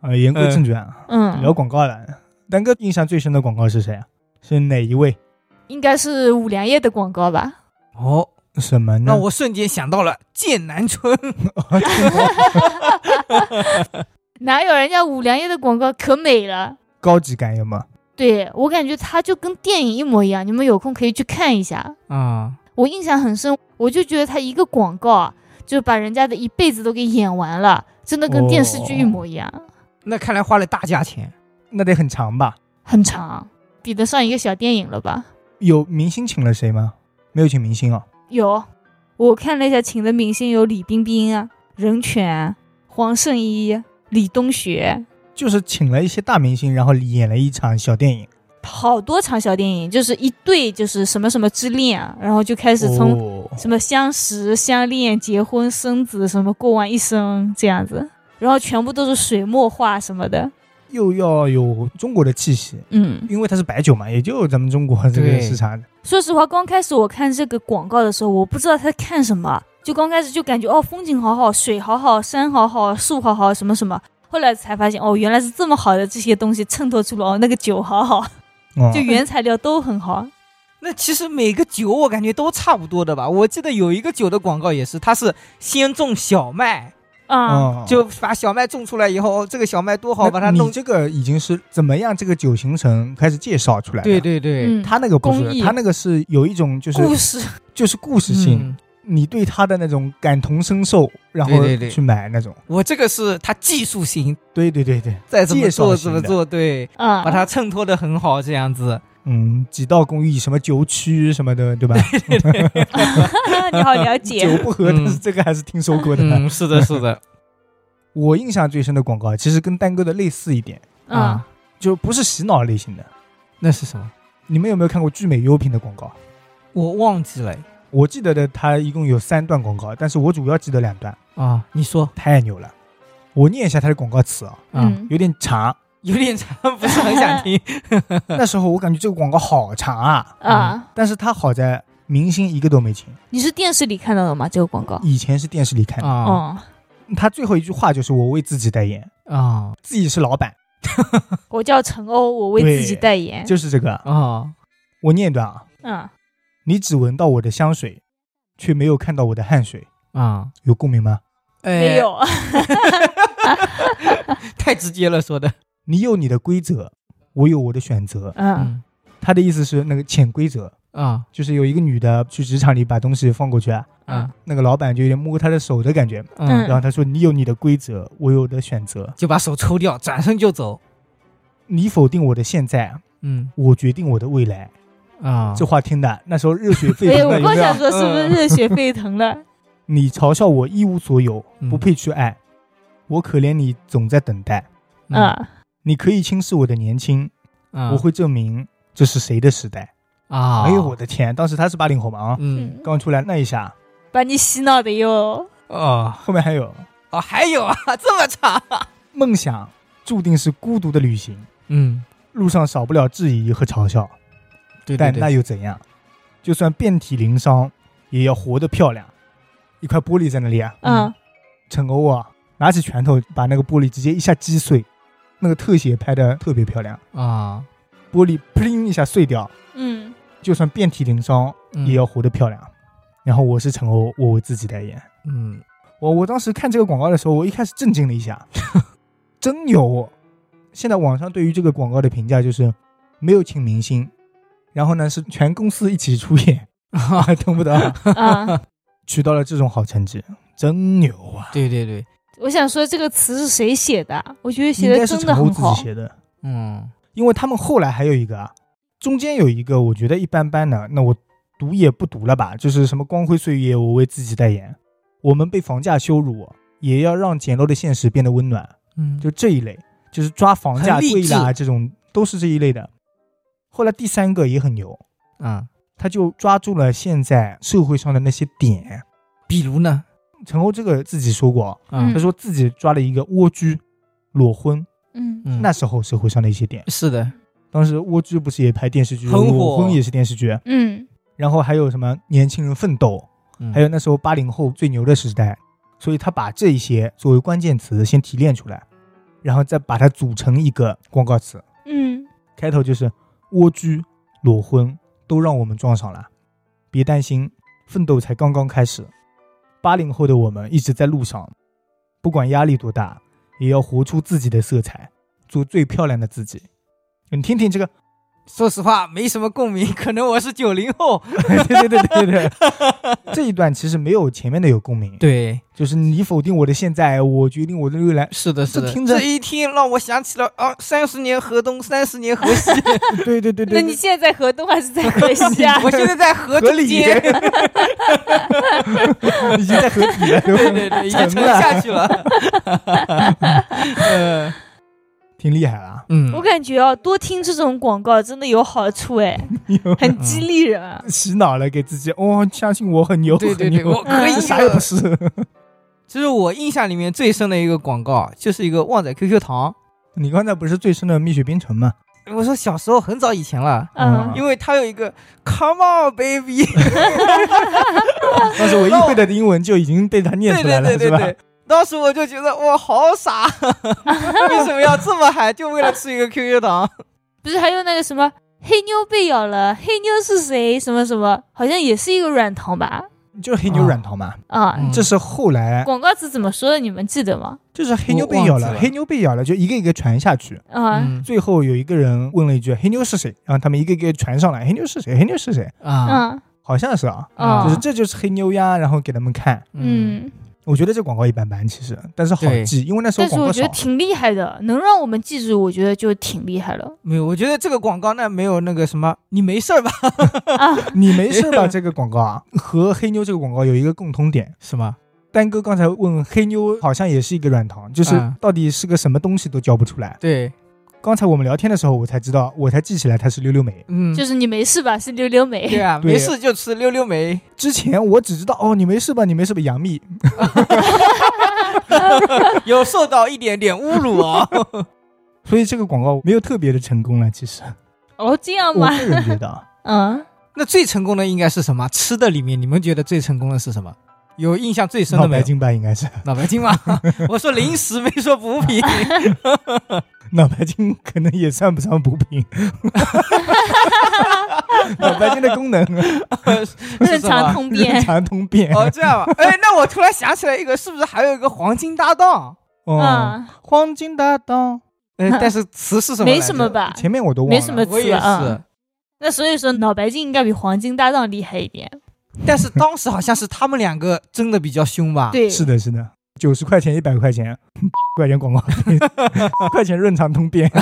A: 啊，言归正传啊，聊
B: 嗯，
A: 广告了。丹哥印象最深的广告是谁啊？是哪一位？
B: 应该是五粮液的广告吧？
C: 哦，
A: 什么呢
C: 那？我瞬间想到了剑南春。
B: 哪有人家五粮液的广告可美了？
A: 高级感有吗？
B: 对我感觉它就跟电影一模一样，你们有空可以去看一下。
C: 啊，
B: 我印象很深，我就觉得他一个广告啊，就把人家的一辈子都给演完了，真的跟电视剧一模一样，
C: 那看来花了大价钱。
A: 那得很长吧？
B: 很长，比得上一个小电影了吧？
A: 有明星请了谁吗？没有请明星哦。
B: 有，我看了一下，请的明星有李冰冰啊、任泉啊、黄圣依、李东学，
A: 就是请了一些大明星，然后演了一场小电影。
B: 好多场小电影，就是一对就是什么什么之恋啊，然后就开始从
A: 哦，
B: 什么相识、相恋、结婚、生子，什么过完一生这样子，然后全部都是水墨画什么的，
A: 又要有中国的气息，
B: 嗯。
A: 因为它是白酒嘛，也就咱们中国这个
C: 对
A: 市场。
B: 说实话，刚开始我看这个广告的时候，我不知道他看什么，就刚开始就感觉哦，风景好好，水好好，山好好，树好好，什么什么。后来才发现哦，原来是这么好的这些东西衬托出了哦，那个酒好好，
A: 哦
B: 就原材料都很好。
C: 那其实每个酒我感觉都差不多的吧。我记得有一个酒的广告也是，它是先种小麦，
B: 啊、
A: 哦
C: 就把小麦种出来以后，哦这个小麦多好，
A: 那
C: 把它
A: 你
C: 弄。
A: 这个已经是怎么样？这个酒形成开始介绍出来的。
C: 对，对对，
B: 嗯，
A: 他那个不
B: 工
A: 是，
B: 艺
A: 他那个是有一种就是
B: 故事，
A: 就是故事性，
C: 嗯，
A: 你对他的那种感同身受，然后
C: 对对对
A: 去买那种。
C: 我这个是它技术型，
A: 对对对对，
C: 再怎么
A: 介绍
C: 做
A: 型
C: 怎么
A: 的
C: 做，对，
B: 啊，
C: 把它衬托的很好，这样子。
A: 嗯，几道工艺什么酒曲什么的，对吧？
B: 你好了
A: 酒
B: 解，
A: 不喝，但是
C: 嗯
A: 这个还是听说过的。
C: 嗯，是的，是 的，
A: 我印象最深的广告其实跟丹哥的类似一点，
B: 啊，
A: 就不是洗脑类型的。
C: 那是什么？
A: 你们有没有看过聚美优品的广告？
C: 我忘记了
A: 我记得的，它一共有三段广告，但是我主要记得两段，
C: 啊，你说
A: 太牛了。我念一下它的广告词啊，
C: 啊，
B: 嗯，
A: 有点长。
C: 有点长，不是很想听。
A: 那时候我感觉这个广告好长啊，
B: 啊，
A: 但是它好在明星一个都没请，
B: 你是电视里看到的吗？这个广告？
A: 以前是电视里看的。
C: 啊
B: 哦，
A: 他最后一句话就是“我为自己代言，
C: 啊
A: 自己是老板
B: 我叫陈欧，我为自己
A: 对
B: 代”，言。
A: 就是这个。
C: 啊！
A: 我念一段啊，
B: 嗯，
A: 你只闻到我的香水，却没有看到我的汗水，
C: 啊，
A: 有共鸣吗？
C: 哎
B: 没，有，
C: 太直接了，说的。
A: 你有你的规则，我有我的选择。
B: 嗯
C: 嗯
A: 他的意思是那个潜规则，
C: 啊
A: 就是有一个女的去职场里把东西放过去，
C: 啊
A: 那个老板就有点摸她的手的感觉，
B: 嗯
A: 然后他说：“你有你的规则，我有我的选择，
C: 就把手抽掉，转身就走。
A: 你否定我的现在，
C: 嗯
A: 我决定我的未来。
C: 啊，
A: 这话听的那时候热血沸
B: 哎，
A: 腾的，有
B: 我
A: 嗯
B: 刚
A: 没有
B: 想？说是不是热血沸腾了？
A: 你嘲笑我一无所有，
C: 嗯
A: 不配去爱，我可怜你总在等待。
C: 嗯
B: 啊，
A: 你可以轻视我的年轻，
C: 啊，
A: 我会证明这是谁的时代。
C: 啊，
A: 哎呦我的天，当时他是八零后嘛啊，
C: 嗯
A: 刚出来那一下，
B: 把你洗脑的哟。
C: 哦
A: 后面还有
C: 哦，还有啊，这么长，
A: 梦想注定是孤独的旅行，
C: 嗯，
A: 路上少不了质疑和嘲笑，
C: 对对
A: 但那
C: 对，
A: 又怎样？就算遍体鳞伤，也要活得漂亮。一块玻璃在那里啊，
B: 嗯，
A: 陈欧啊，拿起拳头把那个玻璃直接一下击碎，那个特写拍的特别漂亮，
C: 啊，
A: 玻璃“砰”一下碎掉，
B: 嗯，
A: 就算遍体鳞伤
C: 嗯
A: 也要活得漂亮。然后我是陈欧，我为自己代言。
C: 嗯
A: 我我当时看这个广告的时候，我一开始震惊了一 下，真有。哦现在网上对于这个广告的评价就是没有请明星，然后呢是全公司一起出演， 啊，懂不懂？
B: 啊，
A: 取到了这种好成绩，真牛啊！
C: 对对对，
B: 我想说这个词是谁写的？我觉得
A: 应
B: 写
A: 该
B: 的
A: 是陈
B: 真的
A: 欧
B: 很
A: 自己
B: 好。
A: 写的，
C: 嗯
A: 因为他们后来还有一个啊，中间有一个我觉得一般般的，那我读也不读了吧，就是什么光辉岁月，我为自己代言，我们被房价羞辱，也要让简陋的现实变得温暖，
C: 嗯，
A: 就这一类，就是抓房价
C: 很励
A: 贵
C: 志
A: 啦这种，都是这一类的。后来第三个也很牛，
C: 啊，
A: 他就抓住了现在社会上的那些点。
C: 比如呢，
A: 陈欧这个自己说过，
C: 嗯
A: 他说自己抓了一个蜗居、裸婚，
B: 嗯
C: 嗯，
A: 那时候社会上的一些点。
C: 是的，
A: 当时蜗居不是也拍电视剧，
C: 很火
A: 裸婚也是电视剧，
B: 嗯
A: 然后还有什么年轻人奋斗，
C: 嗯
A: 还有那时候八零后最牛的时代，所以他把这一些作为关键词先提炼出来，然后再把它组成一个广告词，
B: 嗯
A: 开头就是蜗居、裸婚都让我们撞上了，别担心，奋斗才刚刚开始。八零后的我们一直在路上，不管压力多大，也要活出自己的色彩，做最漂亮的自己。你听 听这个，
C: 说实话没什么共鸣，可能我是九零后，
A: 对对对对对对，这一段其实没有前面的有共鸣，
C: 对，。
A: 就是你否定我的现在，我决定我的未来
C: 是的，是的，
A: 这听着
C: 这一听让我想起了啊，三十年河东，三十年河西，？
A: 对对对
B: 那
A: 对，
B: 你现在在河东还是在河西啊
C: 我现在在河
A: 合
C: 中
A: 理，
C: 间，
A: 已 经在合体了，对吧
C: 对对对，已经 沉
A: 沉了
C: 下去了，呃，
A: 挺厉害了。
C: 嗯
B: 我感觉啊，多听这种广告真的有好处哎，很激励人。啊
A: 洗脑了，给自己哦，相信我很牛，
C: 对对
A: 很
C: 对，
A: 牛
C: 我可以
A: 这
C: 的
A: 啥也不是，
C: 这是我印象里面最深的一个广告，就是一个旺仔 QQ 糖。
A: 你刚才不是最深的蜜雪冰城吗？
C: 我说小时候很早以前了，
A: 嗯
B: 嗯
C: 因为它有一个 Come on baby，
A: 当时我一会的英文就已经被他念
C: 对
A: 出来
C: 对
A: 了，
C: 啊对对对。当时我就觉得我好傻， 为什么要这么喊？就为了吃一个 QQ 糖？
B: 不是还有那个什么黑妞被咬了，黑妞是谁？什么什么，好像也是一个软糖吧？
A: 是吧？就是黑牛软糖嘛，
B: 啊，
C: 嗯
A: 这是后来，
B: 广告词怎么说的？你们记得吗？
A: 就是黑牛被咬
C: 我忘记
A: 了，
C: 了
A: 黑牛被咬了，就一个一个传下去。
B: 啊，
C: 嗯
A: 最后有一个人问了一句：“黑牛是谁？”然后他们一个一个传上来：“黑牛是谁？黑牛是谁
C: 啊？”
B: 嗯
A: 好像是啊，
C: 啊
A: 就是这就是黑牛呀，然后给他们看。
B: 嗯，
A: 我觉得这广告一般般，其实，但是好
C: 对
A: 记，因为那时候
B: 但是
A: 广
B: 我
A: 告
B: 觉得
A: 少。
B: 挺厉害的，能让我们记住，我觉得就挺厉害了
C: 没有，我觉得这个广告那没有那个什么，你没事儿吧？
B: 啊。
A: 你没事吧？这个广告啊，和黑妞这个广告有一个共同点，
C: 什么？
A: 丹哥刚才问黑妞，好像也是一个软糖，就是
C: 嗯
A: 到底是个什么东西都教不出来。
C: 对，
A: 刚才我们聊天的时候，我才知道，我才记起来它是溜溜梅。
C: 嗯，
B: 就是你没事吧？是溜溜
C: 对
B: 梅，
C: 啊，
A: 对
C: 没事就吃溜溜梅。
A: 之前我只知道哦，你没事吧？你没事吧？杨幂，
C: 有受到一点点侮辱啊、
A: 所以这个广告没有特别的成功了。其实，
B: 哦，这样
A: 我
B: 吗？
A: 个人觉得啊，
B: 嗯，
C: 那最成功的应该是什么？吃的里面，你们觉得最成功的是什么？有印象最深
A: 脑
C: 的没
A: 白
C: 有？
A: 金吧应该是
C: 脑白金吗？ 我说零食，没说补品。
A: 脑白金，可能也算不上补品。 脑白金的功能
B: 正
C: 是什么
B: 常通
A: 日
B: 便。
A: 常通便
C: 哦，这 样吧，哎，那我突然想起来一个，是不是还有一个黄金搭档？
A: 哦，
B: 嗯，
A: 黄金搭档
C: 嗯，但是词是什么？
B: 没什么？吧？
A: 前面我都忘了，
B: 啊没什么
C: 我也
B: 词啊
C: 是。
B: 那所以说，脑白金应该比黄金搭档厉害一点。
C: 但是当时好像是他们两个争的比较凶吧？，
B: 对，
A: 啊是的，是的，九十块钱、一百块钱， 块钱广告费， 块钱润肠通便。 开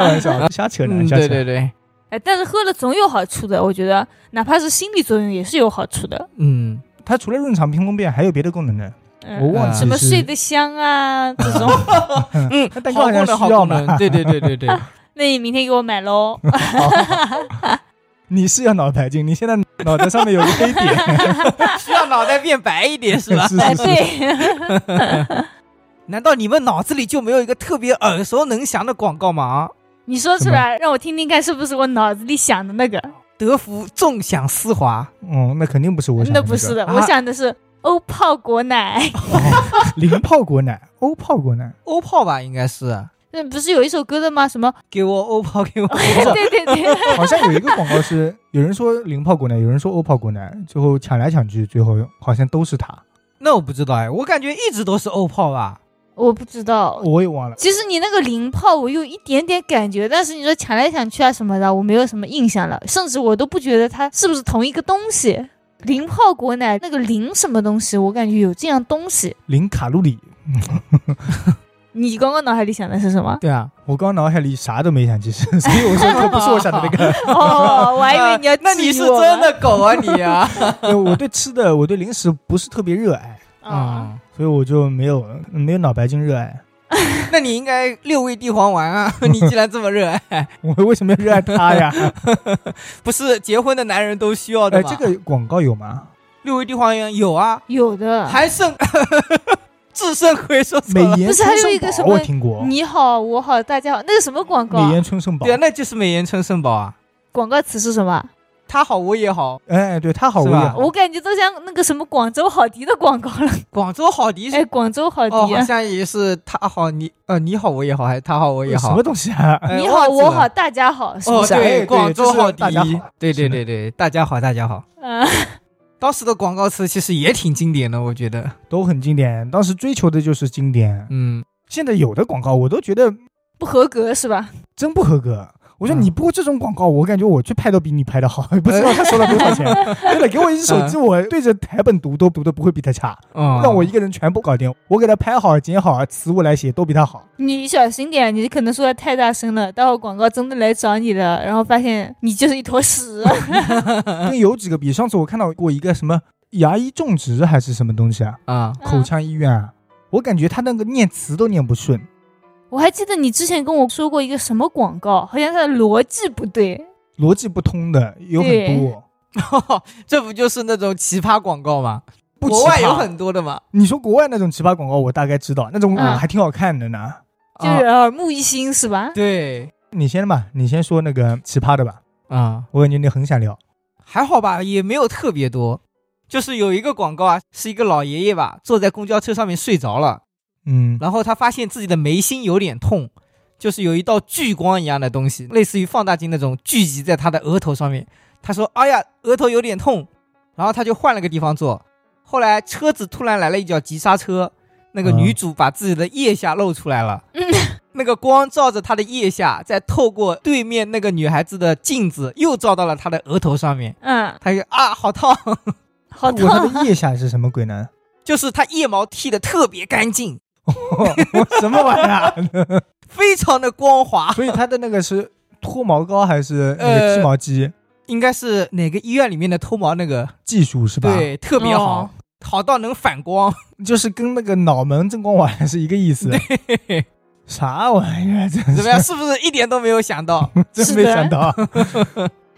A: 玩笑，瞎扯呢，
C: 嗯，
A: 瞎扯。
C: 对对对，
B: 哎，但是喝了总有好处的，我觉得，哪怕是心理作用也是有好处的。
C: 嗯，
A: 它除了润肠通便，还有别的功能呢。我
B: 嗯，
A: 忘记
B: 什么
A: 是
B: 睡得香啊这种，
C: 嗯，
A: 蛋糕
C: 好
A: 好像
C: 功能，好
A: 需要
C: 功
A: 呢
C: 能，对对对对对，
B: 那你明天给我 买喽。
A: 你是要脑白金，你现在脑袋上面有个黑点，
C: 需要脑袋变白一点 是 吧？
A: 是
B: 哎，
A: 是是，
B: 对，
C: 难道你们脑子里就没有一个特别耳熟能详的广告吗？
B: 你说出来让我听听看，是不是我脑子里想的那个？
C: 德芙纵享丝滑，
A: 嗯，那肯定不是我想
B: 那
A: 的
B: 不是
A: 个
B: 的，
C: 啊
B: 我想的是欧泡果奶。
A: 零泡果奶、欧泡果奶，
C: 欧泡吧应该是，
B: 那不是有一首歌的吗？什 么？
C: 给我欧泡，给我欧 泡。
B: 对对对，
A: 好像有一个广告是有人说零泡果奶，有人说欧泡果奶，最后抢来抢去，最后好像都是它，
C: 那我不知道哎，我感觉一直都是欧泡吧。
B: 我不知道。
A: 我也忘了。
B: 其实你那个零泡，我有一点点感觉，但是你说抢来抢去啊什么的，我没有什么印象了，甚至我都不觉得它是不是同一个东西。零泡果奶那个零什么东西，我感觉有这样东西。
A: 零卡路里，
B: 你刚刚脑海里想的是什
C: ？
B: 么
C: 对啊，
A: 我刚脑海里啥都没想，其实，所以我说这不是我想的那个。
B: 哦，我还以为你要
C: 啊那你
B: 质
C: 是
B: 疑我
C: 真
B: 呢
C: 的狗啊你啊！
A: 因为我对吃的，我对零食不是特别热爱，嗯
B: 啊？
A: 所以我就没有没有脑白金热爱。
C: 嗯，那你应该六味地黄丸啊！你既然这么热 爱，
A: 我为什么要热爱它呀？
C: 不是结婚的男人都需要的
A: 哎，
C: 吗？
A: 这个广告有吗？
C: 六味地黄丸有啊，
B: 有的。
C: 还剩 智胜亏说错
A: 美
C: 了。
A: 颜
B: 不是还
A: 春
B: 有
A: 生
B: 一个什
A: 宝
B: 么
A: 我听过，
B: 你好，我好，大家好，那个什么广告
A: 美？颜春生宝
C: 对。啊，那就是美颜春圣宝啊。
B: 广告词是什么？
C: 他好，我也好，
A: 哎，对它好
C: 是
A: 我也
C: 吧
A: 好
B: 我感觉都像那个什么广州好迪的广告了。
C: 广州好迪
B: 哎，广州好
C: 哦，
B: 迪
C: 好
B: 啊，
C: 像也是他好你呃你好我也好，还是他好我也
A: 什
C: 好
A: 么。东西啊？
C: 哎
B: 你好，
C: 忘记
B: 我
C: 了
B: 好，大家好，是
C: 哦
B: 不是啊？
A: 哎
C: 对，
A: 对
C: 广州
A: 就是
C: 好迪
A: 大家好，
C: 对对
A: 是的
C: 对对，大家好大家好。
B: 嗯，
C: 当时的广告词其实也挺经典的，我觉得，
A: 都很经典，当时追求的就是经典。
C: 嗯，
A: 现在有的广告我都觉得
B: 不合格是吧？
A: 真不合格。我说
C: 嗯
A: 你播这种广告，我感觉我去拍都比你拍的好， 不知道他收了多少 钱。对了，给我一只手
C: 嗯
A: 机，我对着台本读都读的不会比他差，
C: 哦
A: 让我一个人全部搞定。我给他拍好、剪好，词我来写都比他好。
B: 你小心点，你可能说的太大声了，待会儿广告真的来找你了，然后发现你就是一坨 屎。
C: 嗯
A: 跟有几个比，上次我看到过一个什么牙医种植还是什么东西啊，
C: 啊，
A: 口腔医院啊，我感觉他那个念词都念不顺。
B: 我还记得你之前跟我说过一个什么广告，好像它的逻辑不对。
A: 逻辑不通的有很多，
C: 这不就是那种奇葩广告吗？
A: 不
C: 国
A: 奇
C: 外有
A: 葩。
C: 很多的 嘛，
A: 你说国外那种奇葩广告，我大概知道，那种
B: 嗯
A: 还挺好看的呢。
B: 就是
C: 啊
B: 耳目一新是吧？
C: 对
A: 你先吧，你先说那个奇葩的吧，
C: 啊，
A: 我感觉你很想聊。
C: 还好吧，也没有特别多。就是有一个广告啊，是一个老爷爷吧，坐在公交车上面睡着了，
A: 嗯，
C: 然后他发现自己的眉心有点痛，就是有一道聚光一样的东西，类似于放大镜那种聚集在他的额头上面。他说：“哎呀，额头有点痛。”然后他就换了个地方坐。后来车子突然来了一脚急刹车，那个
A: 嗯
C: 女主把自己的腋下露出来了，
B: 嗯
C: 那个光照着她的腋下，再透过对面那个女孩子的镜子，又照到了她的额头上面。
B: 嗯，
C: 她就啊，好烫！哦
B: 好
A: 我他
B: 烫啊
A: 的腋下是什么鬼呢？
C: 就是她腋毛剃得特别干净，
A: 我什么玩意儿？啊
C: 非常的光滑。
A: 所以他的那个是脱毛膏还是那个
C: 呃
A: 剃毛机
C: 应该是哪个医院里面的脱毛那个
A: 技术是吧？，
C: 对，特别好，
B: 哦
C: 好到能反 光。
A: 就是跟那个脑门正光丸是一个意思。啥玩意儿？这啊
C: 怎么样？是不是一点都没有想到？
A: 真
B: 是
A: 没
B: 的
A: 想 到。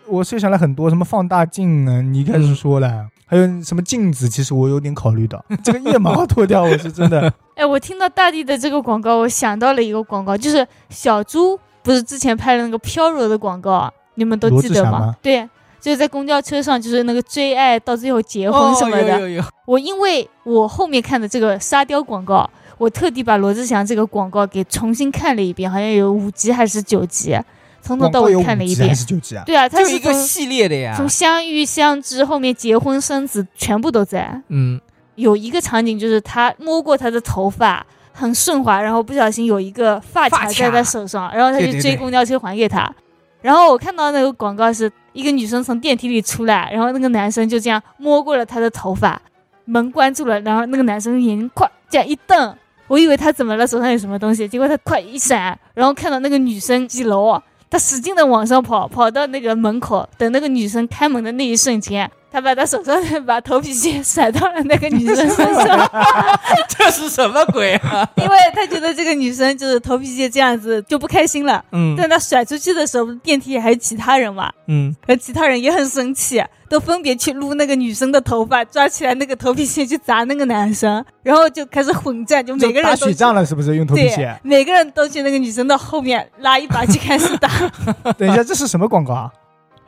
A: 我设想了很多，什么放大镜呢？你一开
B: 嗯
A: 始说了，还有什么镜子，其实我有点考虑到。这个腋毛脱掉，我是真 的
B: 哎，我听到大地的这个广告，我想到了一个广告，就是小猪不是之前拍的那个飘柔的广告啊，你们都
A: 罗
B: 记
A: 志
B: 得
A: 祥
B: 吗？
A: 吗
B: 对，就是在公交车上，就是那个追爱到最后结婚什么的。
C: 哦、 有有有，
B: 我因为我后面看的这个沙雕广告，我特地把罗志祥这个广告给重新看了一遍，好像有五集还是九集，从头
A: 广
B: 到
A: 告有
B: 尾
A: 五
B: 看了一
A: 集还
B: 遍。
A: 是九集啊？
B: 对啊，他
C: 就是一
B: 从
C: 个啊系列的呀。
B: 从相遇、相知后面结婚生子全部都在。
C: 嗯，
B: 有一个场景就是他摸过他的头发，很顺滑，然后不小心有一个发
C: 发
B: 卡
C: 卡
B: 在他手上，然后他
C: 对
B: 就
C: 对
B: 追
C: 对
B: 公交车还给他。然后我看到那个广告是一个女生从电梯里出来，然后那个男生就这样摸过了她的头发，门关住了，然后那个男生眼睛咵这样一瞪，我以为他怎么了，手上有什么东西，结果他快一闪，然后看到那个女生几楼啊，他使劲的往上跑，跑到那个门口，等那个女生开门的那一瞬间。他把他手上的把头皮屑甩到了那个女生身上，
C: 这是什么鬼啊？
B: 因为他觉得这个女生就是头皮屑这样子就不开心了。
C: 嗯
B: 但他甩出去的时候，电梯里还有其他人嘛，
C: 嗯，
B: 而其他人也很生气，都分别去撸那个女生的头发，抓起来那个头皮屑去砸那个男生，然后就开始混战，就每
A: 就
B: 个人
A: 打
B: 都
A: 雪仗了，是不是？用头皮
B: 对
A: 屑，？
B: 每个人都去那个女生的后面拉一把去开始 打，
A: 等一下，这是什么广告啊？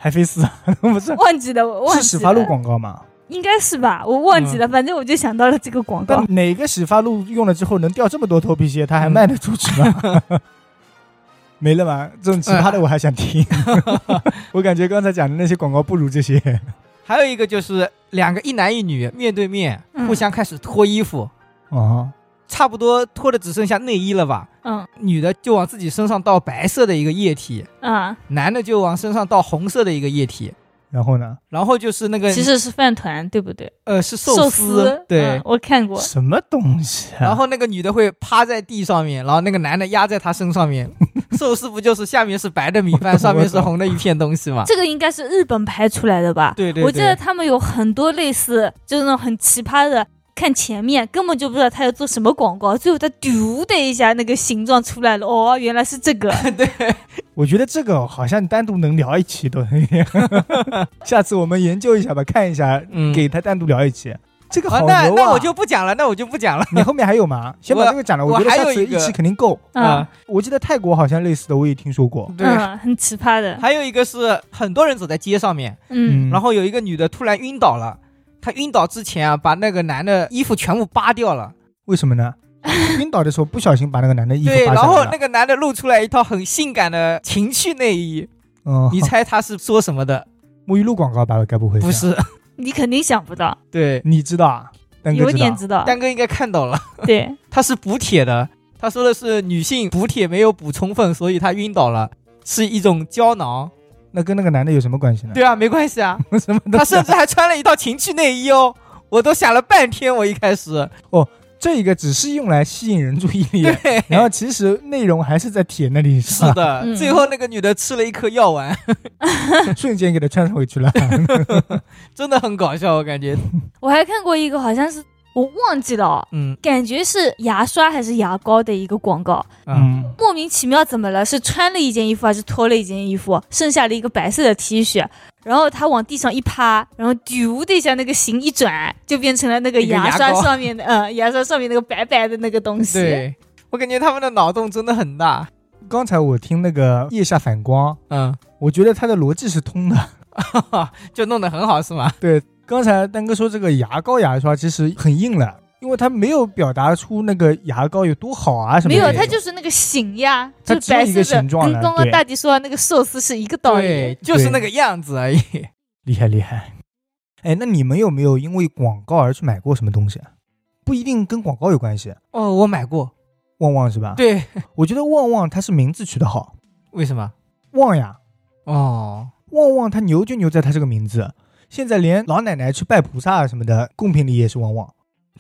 A: 海飞丝啊不是
B: 忘记了，我忘记
A: 是始
B: 了，
A: 发露广告吗？
B: 应该是吧，我忘记了，反正我就想到了这个广告
A: 但。哪个洗发露用了之后能掉这么多头皮屑？
B: 嗯
A: 它还卖得出去吗？ 没了吗？这种奇
B: 哎
A: 葩的我还想 听。 我感觉刚才讲的那些广告不如这些。
C: 还有一个就是两个一男一女面对面，
B: 嗯
C: 互相开始脱衣服，
A: 哦，
C: 差不多脱的只剩下内衣了吧？
B: 嗯
C: 女的就往自己身上倒白色的一个液体，
B: 啊，
C: 男的就往身上倒红色的一个液体，
A: 然后呢？
C: 然后就是那个
B: 其实是饭团，对不对？
C: 呃是
B: 寿
C: 司，对。
B: 嗯我看过，
A: 什么东西啊？
C: 然后那个女的会趴在地上面，然后那个男的压在她身上 面。寿司不就是下面是白的米
A: 我
C: 饭，
A: 懂
C: 上面是红的一片东西吗？
B: 这个应该是日本拍出来的吧？
C: 对对对
B: 我记得他们有很多类似，就是那种很奇葩的，看前面根本就不知道他要做什么广告，最后他嘟的一下那个形状出来了，哦，原来是这个。
A: 我觉得这个好像单独能聊一期都 可以，下次我们研究一下吧，看一下，
C: 嗯
A: 给他单独聊一期。这个好
C: 啊，
A: 牛
C: 那
A: 啊！
C: 那我就不讲了，那我就不讲了。
A: 你后面还有 吗？先把
C: 我
A: 这个讲了，
C: 我
A: 觉得
C: 还
A: 下
C: 有
A: 次
C: 一
A: 一
C: 个
A: 期肯定够。
B: 嗯
C: 啊，
A: 我记得泰国好像类似的，我也听说过。
C: 对，
B: 嗯，很奇葩的，
C: 还有一个是很多人走在街上面，
B: 嗯
C: 然后有一个女的突然晕倒了，她晕倒之前啊，把那个男的衣服全部扒掉了，
A: 为什么 呢？晕倒的时候不小心把那个男的衣服
C: 对，
A: 扒
C: 然
A: 下
C: 后
A: 来
C: 那
A: 了。
C: 个男的露出来一套很性感的情趣内衣，
A: 嗯，
C: 你猜他是说什么的？
A: 沐浴露广告吧？该不会
C: 不？是，
B: 你肯定想不到，
C: 对，
A: 你知道啊？丹哥
B: 有
A: 知
B: 点
A: 道。
B: 知道，
C: 丹哥应该看到了，
B: 对，
C: 他是补铁的，他说的是女性补铁没有补充分，所以她晕倒了。是一种胶囊，
A: 那跟那个男的有什么关系呢？
C: 对啊，没关系 啊。
A: 对， 什么
C: 她
A: 东西
C: 甚？至还穿了一套情趣内衣哦，我都想了半天。我一开 始，
A: 这一个只是用来吸引人注意力，
C: 对，
A: 然后其实内容还是在铁那里，
C: 是
A: 吧
C: 的，
B: 嗯
C: 最后那个女的吃了一颗药丸，
A: 瞬间给他穿回去了。
C: 真的很搞笑，我感觉。
B: 我还看过一个，好像是我忘记了哦，
C: 嗯
B: 感觉是牙刷还是牙膏的一个广告，
C: 嗯，
B: 莫名其妙怎么了？是穿了一件衣服还是脱了一件衣服？剩下了一个白色的 T 恤，然后他往地上一趴，然后丢的一下，那个形一转，就变成了那个
C: 一个
B: 牙
C: 牙
B: 刷
C: 膏
B: 上面的，嗯，牙刷上面那个白白的那个东西。，
C: 对，我感觉他们的脑洞真的很大。
A: 刚才我听那个腋下反光，
C: 嗯，
A: 我觉得他的逻辑是通的。
C: 就弄得很好是吗？
A: 对，刚才丹哥说这个牙膏牙刷其实很硬了，因为他没有表达出那个牙膏有多好啊什么
B: 没
A: 的。
B: 有，
C: 对
B: 它就是那那个形呀，
A: 它
B: 就是白
A: 只有一个
B: 色的，
A: 形状
B: 跟
A: 了
B: 刚刚
A: 对
B: 大迪说的那个寿司是一个道
C: 对
B: 理。，
C: 就是那个样子而已。
A: 厉害厉害。哎，那你们有没有因为广告而去买过什么东西啊？不一定跟广告有关系，
C: 哦，我买过。
A: 旺旺是吧？，
C: 对，
A: 我觉得旺旺它是名字取得好，
C: 为什么？
A: 旺呀，
C: 哦，
A: 旺旺它牛就牛在它这个名字。现在连老奶奶去拜菩萨啊什么的，贡品里也是旺旺，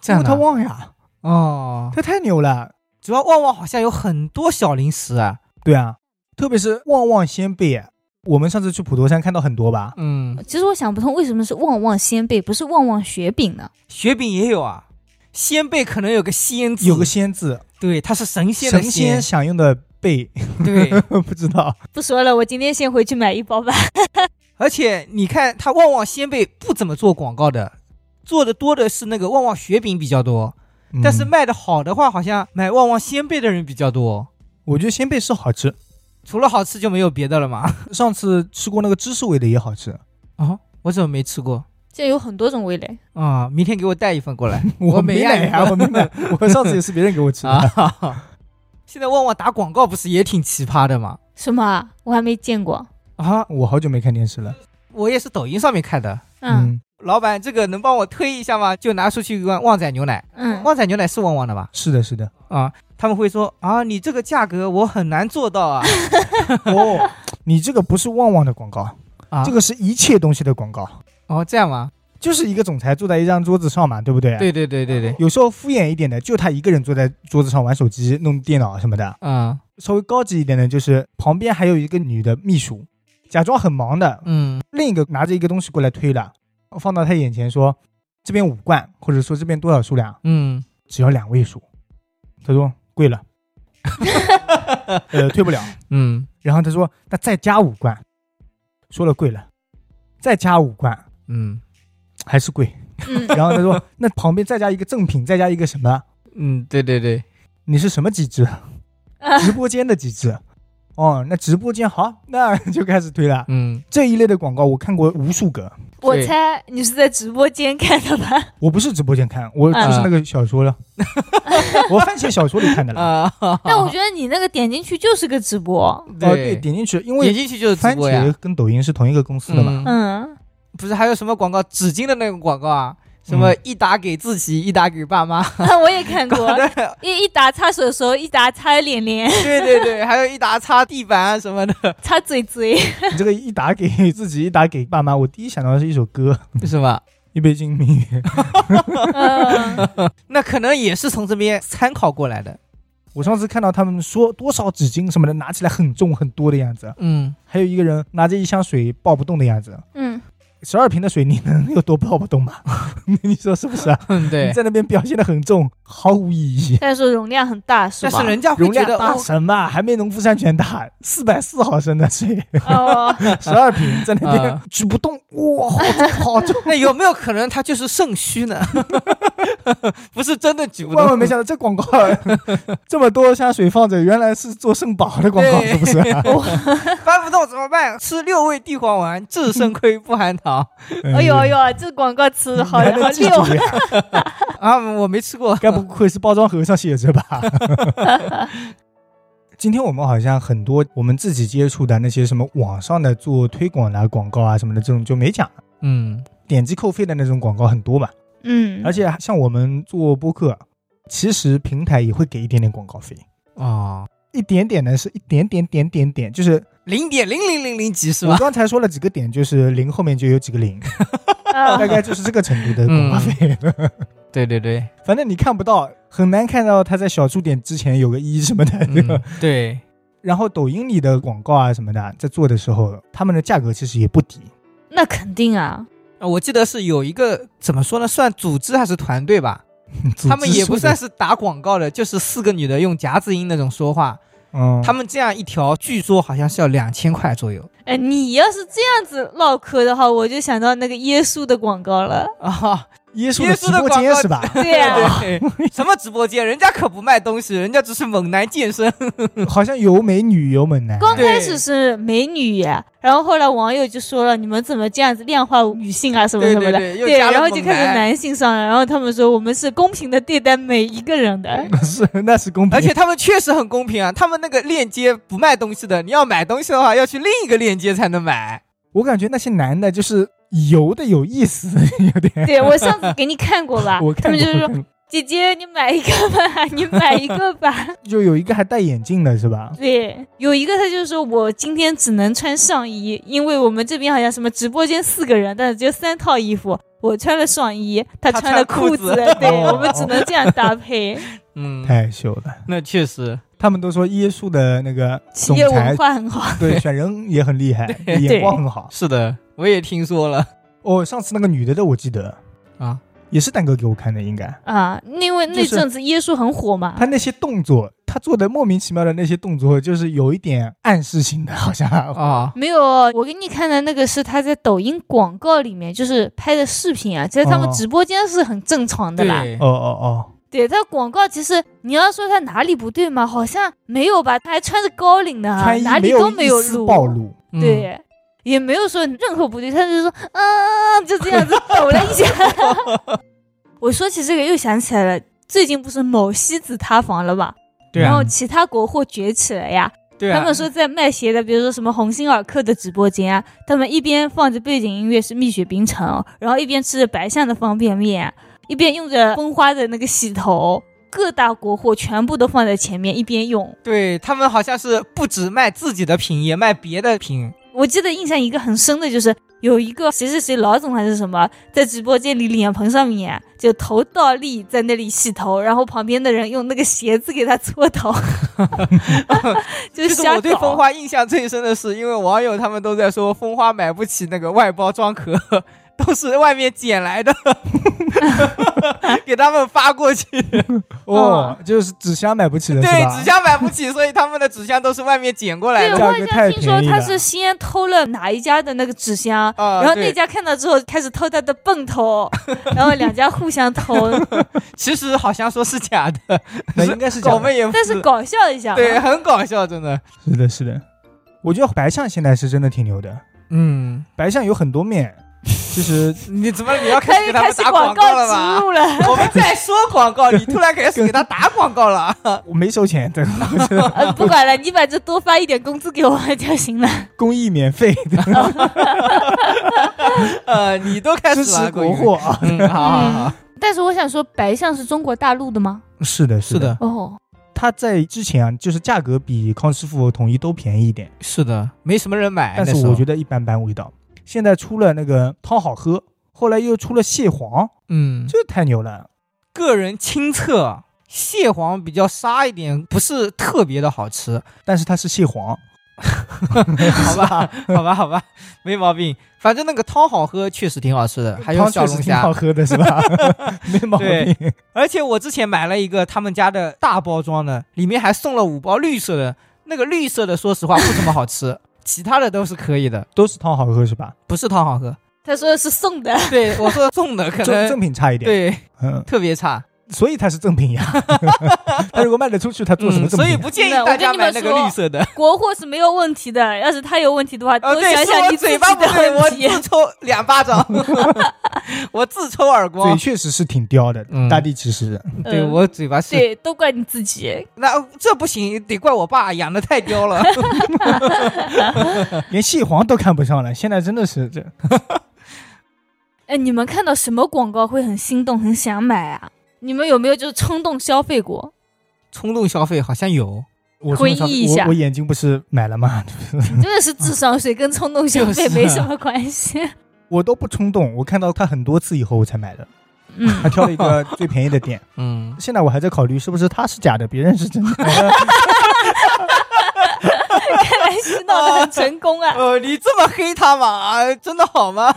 C: 这样
A: 因为它
C: 的。
A: 旺呀，
C: 哦，
A: 它太牛了。
C: 主要旺旺好像有很多小零食啊。
A: 对啊，特别是旺旺仙贝，我们上次去普陀山看到很多吧？
C: 嗯，
B: 其实我想不通，为什么是旺旺仙贝，不是旺旺雪饼呢？
C: 雪饼也有啊。鲜贝可能有个鲜字，
A: 有个仙字，
C: 对，它是神仙的
A: 神仙享用的贝，
C: 对，
A: 不知道。
B: 不说了，我今天先回去买一包吧。
C: 而且你看，它旺旺仙贝不怎么做广告的，做的多的是那个旺旺雪饼比较多。但是
A: 嗯
C: 卖的好的话，好像买旺旺鲜贝的人比较多。
A: 我觉得仙贝是好吃，
C: 除了好吃就没有别的了嘛？
A: 上次吃过那个芝士味的也好吃，
C: 啊，我怎么没吃过？
B: 现在有很多种味蕾，
C: 啊，明天给我带一份过来我
A: 没
C: 没
A: 买啊，
C: 呀
A: 我没 买，我上次也是别人给我吃的。
C: 啊！ 现在旺旺打广告不是也挺奇葩的吗？
B: 什么啊？我还没见过。
C: 啊，
A: 我好久没看电视了。
C: 我也是抖音上面看的。
B: 嗯，
C: 老板，这个能帮我推一下吗？就拿出去一罐旺仔牛奶，
B: 嗯，
C: 旺仔牛奶是旺旺的吧？
A: 是的， 是的。
C: 啊，他们会说啊，你这个价格我很难做到啊。
A: 哦，你这个不是旺旺的广告，
C: 啊，
A: 这个是一切东西的广告，
C: 哦这样吗？
A: 就是一个总裁坐在一张桌子上嘛，对不对？。
C: 对对对对对，
A: 有时候敷衍一点的，就他一个人坐在桌子上玩手机、弄电脑什么的；
C: 啊
A: 稍微高级一点的，就是旁边还有一个女的秘书，假装很忙的，
C: 嗯
A: 另一个拿着一个东西过来推了，放到他眼前说：“这边五罐，或者说这边多少数量，
C: 嗯，
A: 只要两位数。”他说：“贵了， 呃，退不了。”
C: 嗯
A: 然后他说：“那再加五罐。”说了贵了，再加五罐
C: 嗯
A: 还是贵。
B: 嗯
A: 然后他说：“那旁边再加一个赠品，再加一个什么？
C: 嗯，对对对，
A: 你是什么机 制？直播间的机制？哦，那直播间好，那就开始推了。
C: 嗯
A: 这一类的广告我看过无数个，
B: 我
C: 对
B: 猜你是在直播间看的吧？
A: 我不是直播间看，我就是那个小 说了，我番茄小说里看的哦了。
C: 啊，
B: 但我觉得你那个点进去就是个直播，
A: 哦，对，点进去，因
C: 点
A: 为
C: 进去就是直
A: 番
C: 播呀
A: 茄，跟抖音是同一个公司的嘛。
C: 嗯
B: 嗯，
C: 不是还有什么广告纸巾的那个广告啊？什么
A: 嗯
C: 一打给自己，一打给爸妈，
B: 嗯 我也看过，一一打擦手的时候，一打擦脸脸，
C: 对对对，还有一打擦地板啊什么的，
B: 擦嘴 嘴，
C: 嗯
A: 你这个一打给自己，一打给爸妈，我第一想到的是一首歌《
C: 是吧？
A: 一杯敬明月》。
B: 嗯，
C: 那可能也是从这边参考过来的。
A: 我上次看到他们说多少纸巾什么的拿起来很重很多的样子，
C: 嗯，
A: 还有一个人拿着一箱水抱不动的样子。
B: 嗯，
A: 十二瓶的水你能有多抱不动吗？ 你说是不是、啊？
C: 嗯
A: 你
C: 对。
A: 在那边表现的很重，毫无意 义。
B: 但是容量很大是
C: 但
B: 吧？
C: 是人家会
A: 容
C: 觉
A: 量
C: 得，
A: 大
C: 哦，
A: 什么？还没农夫山泉大，四百四毫升的 水，
B: 哦，
A: 十二瓶在那边
C: 啊
A: 举不动，哇，好重好 重！
C: 那有没有可能他就是肾虚呢？ 不是真的举不
A: 万万
C: 动
A: 没。 想到这广告 这么多箱水放着，原来是做肾宝的广告，
C: 对
A: 是不是啊？
C: 搬不动怎么办？吃六味地黄丸，治肾亏不含 糖
B: 哎呦哎
A: 嗯，
B: 呦，这广告词好
A: 你 还
B: 好
A: 能哎记
B: 溜，
A: 住呀？
C: 啊！我没吃 过。
A: 该不会是包装盒上写着吧？今天我们好像很多我们自己接触的那些什么网上的做推广啊、广告啊什么的这种就没讲了，
C: 嗯
A: 点击扣费的那种广告很多嘛。
B: 嗯，
A: 而且像我们做播客，其实平台也会给一点点广告费，
C: 哦，
A: 一点点呢是一点点点点点，就是
C: 零点零零零零几是
A: 我
C: 吧？
A: 刚才说了几个点，就是零后面就有几个零，
B: 啊
A: 大概就是这个程度的广告费。
C: 嗯对对对，
A: 反正你看不到，很难看到它在小数点之前有个一什么的，对 吧？
C: 嗯对，
A: 然后抖音里的广告啊什么的，在做的时候，他们的价格其实也不低。
B: 那肯定啊，
C: 啊我记得是有一个怎么说呢，算组织还是团队吧？
A: 组织
C: 他们也不
A: 数的
C: 算，是打广告的，就是四个女的用夹子音那种说话。
A: 嗯，
C: 他们这样一条，据说好像是要两千块左右
B: 哎，你要是这样子唠嗑的话，我就想到那个耶稣的广告了。哦
C: 啊。
A: 耶稣
C: 耶
A: 的
C: 稣
A: 直
C: 的
A: 播
C: 广
A: 间
C: 告
A: 是吧？
B: 对啊呀、
C: 对，啊什么直播间，人家可不卖东西，人家只是猛男健身。
A: 好像有美女有猛男，
B: 刚开始是美女呀，然后后来网友就说了，你们怎么这样子量化女性啊，什么
C: 对
B: 什么
C: 对
B: 的，
C: 对又加了
B: 然后就开始
C: 猛男
B: 男性上了，然后他们说我们是公平的对待每一个人的，
A: 是 那是公平，
C: 而且他们确实很公平啊，他们那个链接不卖东西的，你要买东西的话，要去另一个链接才能买。
A: 我感觉那些男的就是游的有意思， 有 点。
B: 对我上次给你看过吧，
A: 我
B: 他
A: 看
B: 们
A: 过
B: 就是，
A: 我
B: 说
A: 看过
B: 姐姐你买一个吧，你买一个吧。
A: 就有一个还戴眼镜的是吧？
B: 对，有一个他就说我今天只能穿上衣，因为我们这边好像什么直播间四个人，但是只有三套衣服。我穿了上衣，他
C: 他
B: 穿了
C: 穿裤
B: 裤
C: 子
B: 对
A: 哦
B: 我们只能这样搭配。
C: 嗯，
A: 太秀了。
C: 那确实，
A: 他们都说耶稣的那个
B: 企
A: 总
B: 业
A: 裁
B: 文化很好，
A: 对选人也很 厉害，眼光很好。
C: 是的，我也听说了
A: 哦，上次那个女的的我记得
C: 啊，
A: 也是蛋哥给我看的，应该
B: 啊，因为那
A: 就是
B: 阵子耶稣很火嘛
A: 他。那些动作，他做的莫名其妙的那些动作，就是有一点暗示性的，好像。
C: 啊，
B: 没有，我给你看的那个是他在抖音广告里面，就是拍的视频啊，在他们
A: 哦
B: 直播间是很正常的
C: 对，
B: 啦。
A: 哦哦哦，
B: 对，他广告其实你要说他哪里不对嘛，好像没有吧，他还穿着高领的、啊，
A: 穿衣
B: 哪里都没
A: 有
B: 有
A: 一丝
B: 露，
A: 暴露，
C: 嗯，
B: 对，也没有说任何不对，他就说嗯，就这样子抖了一下。 我说起这个又想起来了，最近不是某西子塌房了嘛，
C: 对
B: 然
C: 啊
B: 后，其他国货崛起了呀，
C: 对啊，
B: 他们说在卖鞋的，比如说什么鸿星尔克的直播间啊，他们一边放着背景音乐是蜜雪冰啊城，然后一边吃着白象的方便面，一边用着蜂花的那个洗头，各大国货全部都放在前面一边用。
C: 对他们好像是不止卖自己的品，也卖别的品。
B: 我记得印象一个很深的就是有一个谁谁谁老总还是什么，在直播间里脸盆上面啊就头倒立在那里洗头，然后旁边的人用那个鞋子给他搓 头， 就
C: 就是是
B: 瞎
C: 我对蜂
B: 搞。啊
C: 花印象最深的是，因为网友他们都在说蜂花买不起那个外包装壳，都是外面捡来的， 给他们发过去。
A: 哦，就是纸箱买不起了是
C: 对，
A: 吧？
C: 纸箱买不起，所以他们的纸箱都是外面捡过来
B: 对，
C: 的
B: 我。
A: 价
B: 好
A: 格
B: 像
A: 太
B: 听说
A: 便宜
B: 他
A: 了
B: 是先偷了哪一家的那个纸箱，
C: 啊
B: 然后
C: 对
B: 那家看到之后开始偷他的泵头，然后两家互相偷，
C: 其实好像说是假的，
A: 那应该是
C: 搞
A: 假的
C: 们也不
B: 但是搞笑一下嘛，啊
C: 对，很搞笑，真的。
A: 是的，是的。我觉得白象现在是真的挺牛的，
C: 嗯，
A: 白象有很多面， 就是
C: 你怎么你要
B: 可
C: 开始
B: 以
C: 给他
B: 开
C: 们
B: 始
C: 打
B: 广
C: 告了
B: 植
C: 吧？
B: 入 了。
C: 我们在说广告，你突然开始给他打广告了。
A: 我没收钱，对，
B: 呃，不管了，你反正多发一点工资给我就行了。
A: 公益免 费，
C: 呃，你都哦开
A: 支
C: 始
A: 持
C: 了，
A: 国
C: 郭宇。
A: 货 啊！
C: 嗯，好好好，
B: 但是我想说，白象是中国大陆的吗？
A: 是的，
C: 是的，
B: 哦，
A: 它在之前啊，就是价格比康师傅、统一都便宜一点，
C: 是的，没什么人买。
A: 但是我觉
C: 得，
A: 得一般般味道。现在出了那个汤好喝，后来又出了蟹黄，
C: 嗯，
A: 这太牛了。
C: 个人亲测，蟹黄比较沙一点，不是特别的好 吃，
A: 但是它是蟹黄，
C: 好吧？好吧，好吧，没毛病。反正那个汤好喝，确实挺好吃的，还有
A: 汤
C: 小
A: 确实
C: 龙
A: 挺好
C: 虾。
A: 喝的是 吧？没毛病。
C: 而且我之前买了一个他们家的大包装的，里面还送了五包绿色的。那个绿色的，说实话不怎么 好吃，其他的都是可以的，
A: 都是汤好喝是吧？
C: 不是汤好喝。
B: 他说的是送的，
C: 对我说送的可
A: 正
C: 能
A: 正品差一点，
C: 对
A: 嗯，
C: 特别差。
A: 所以它是正 品呀。它如果卖得出去，它做什么
C: 嗯，
A: 正
C: 所以
A: 品啊？
C: 不建议
B: 真的
C: 大家
B: 我跟你
C: 买
B: 们
C: 那个绿色的。
B: 国货是没有问题的。要是他有问题的话，多
C: 呃，对，
B: 想
C: 是
B: 想
C: 我
B: 你自
C: 嘴
B: 己
C: 巴不
B: 的
C: 对，我
B: 问题。
C: 自抽两巴掌，我自抽耳
A: 嘴
C: 光。
A: 确实是挺刁的
C: 嗯，
A: 大地其实
C: 对
B: 嗯
C: 我嘴巴是，
B: 对，都怪你自己。
C: 那这不行，得怪我爸养的太 刁了。
A: 连蟹黄都看不上了，现在真的是这
B: 哎，你们看到什么广告会很心动、很想买啊？你们有没有就是冲动消费过？
C: 冲动消费好像有，
A: 我
B: 回
A: 这么想
B: 忆一下
A: 我我眼睛不是买了吗？
B: 真的是智商税跟冲动消
C: 就是
B: 费
C: 啊
B: 没什么关系。
A: 我都不冲动，我看到它很多次以后我才买的，
B: 嗯，
A: 还挑了一个最便宜的店。
C: 嗯，
A: 现在我还在考虑是不是它是假的，别人是 真的。
B: 看来洗脑的很成功啊。
C: 呃，你这么黑他嘛？啊真的好吗？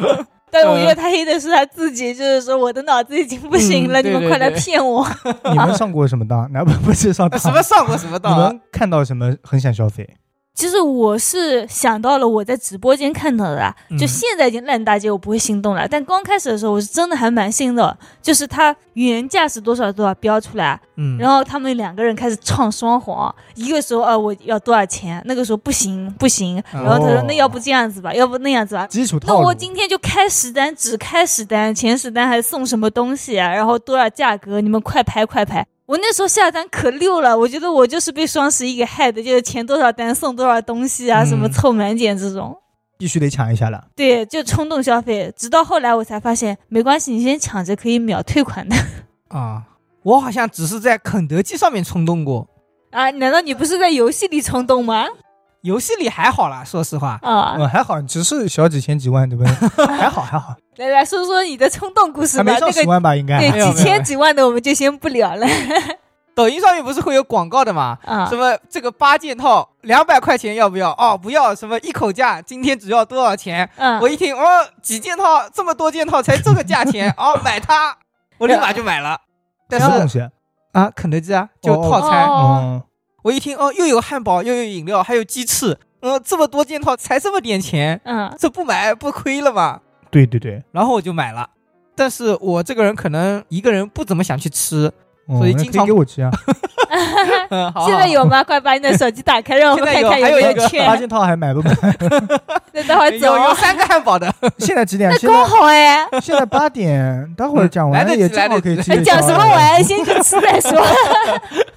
B: 但是我觉得他黑的是他自己，就是说我的脑子已经不行了，
C: 嗯对
B: 你们快来骗我。
A: 你们上过什么当？那不不是上当，
C: 什么上过什么当
A: 你
C: 啊？
A: 们看到什么很想消费？
B: 其实我是想到了我在直播间看到的啊，
C: 嗯
B: 就现在已经烂大街，我不会心动了。但刚开始的时候，我是真的还蛮心动的，就是它原价是多少多少标出来，啊
C: 嗯，
B: 然后他们两个人开始唱双簧，一个说啊我要多少钱，那个说不行不行，
C: 哦
B: 然后他说那要不这样子吧，要不那样子吧，
A: 基础
B: 那
A: 套路
B: 我。今天就开十单，只开十单，前十单还送什么东西啊？然后多少价格？你们快排快排！我那时候下单可溜了，我觉得我就是被双十一给害的，就是前多少单送多少东西啊，
C: 嗯
B: 什么凑满减这种。
A: 必须得抢一下了。
B: 对，就冲动消费，直到后来我才发现，没关系，你先抢着可以秒退款的
C: 啊，我好像只是在肯德基上面冲动过，
B: 啊！难道你不是在游戏里冲动吗？
C: 游戏里还好啦，说实话。
B: 啊，
A: 嗯，还好，只是小几千几万，对不对？ 还好还好，
B: 来来说说你的冲动故事
A: 还没
B: 吧。
A: 上
B: 那
A: 十
B: 个
A: 万吧，应该。
B: 对
C: 没有没有
B: 几千几万的我们就先不聊了
C: 抖音上面不是会有广告的嘛？
B: 啊
C: 什。么这个八件套两百块钱要不要？哦，不要。什么一口价，今天只要多少钱？
B: 嗯
C: 我一听哦，几件套这么多件套才这个价钱，哦，买它，我立马就买了。但
A: 什么东
C: 是
A: 西？
C: 啊，肯德基啊，就
A: 哦
C: 套餐，
B: 哦，
A: 嗯，
C: 我一听哦，又有汉堡，又有饮料，还有鸡翅，嗯，这么多件套才这么点钱，
B: 嗯，
C: 这不买不亏了吗？
A: 对对对，
C: 然后我就买了。但是我这个人可能一个人不怎么想去吃，
A: 嗯
C: 所以
A: 那
C: 经
A: 可
C: 常
A: 以给我吃 啊。
C: 嗯， 好好
B: 现在有吗？快把你的手机打开，让我们看看有没
C: 现在有还有
B: 有
C: 一个
A: 八
B: 券。
A: 件套还买不 买？
B: 那待会儿走
C: 有有
B: 哦，
C: 三个汉堡的，
A: 现在几点？
B: 那
A: 现
B: 刚
A: 在
B: 好哎。
A: 现在八点，待会儿讲
C: 嗯来得
A: 完
C: 及
A: 也正好可以
C: 来得及哎
A: 吃一下。
B: 讲什么玩意？先去吃再说。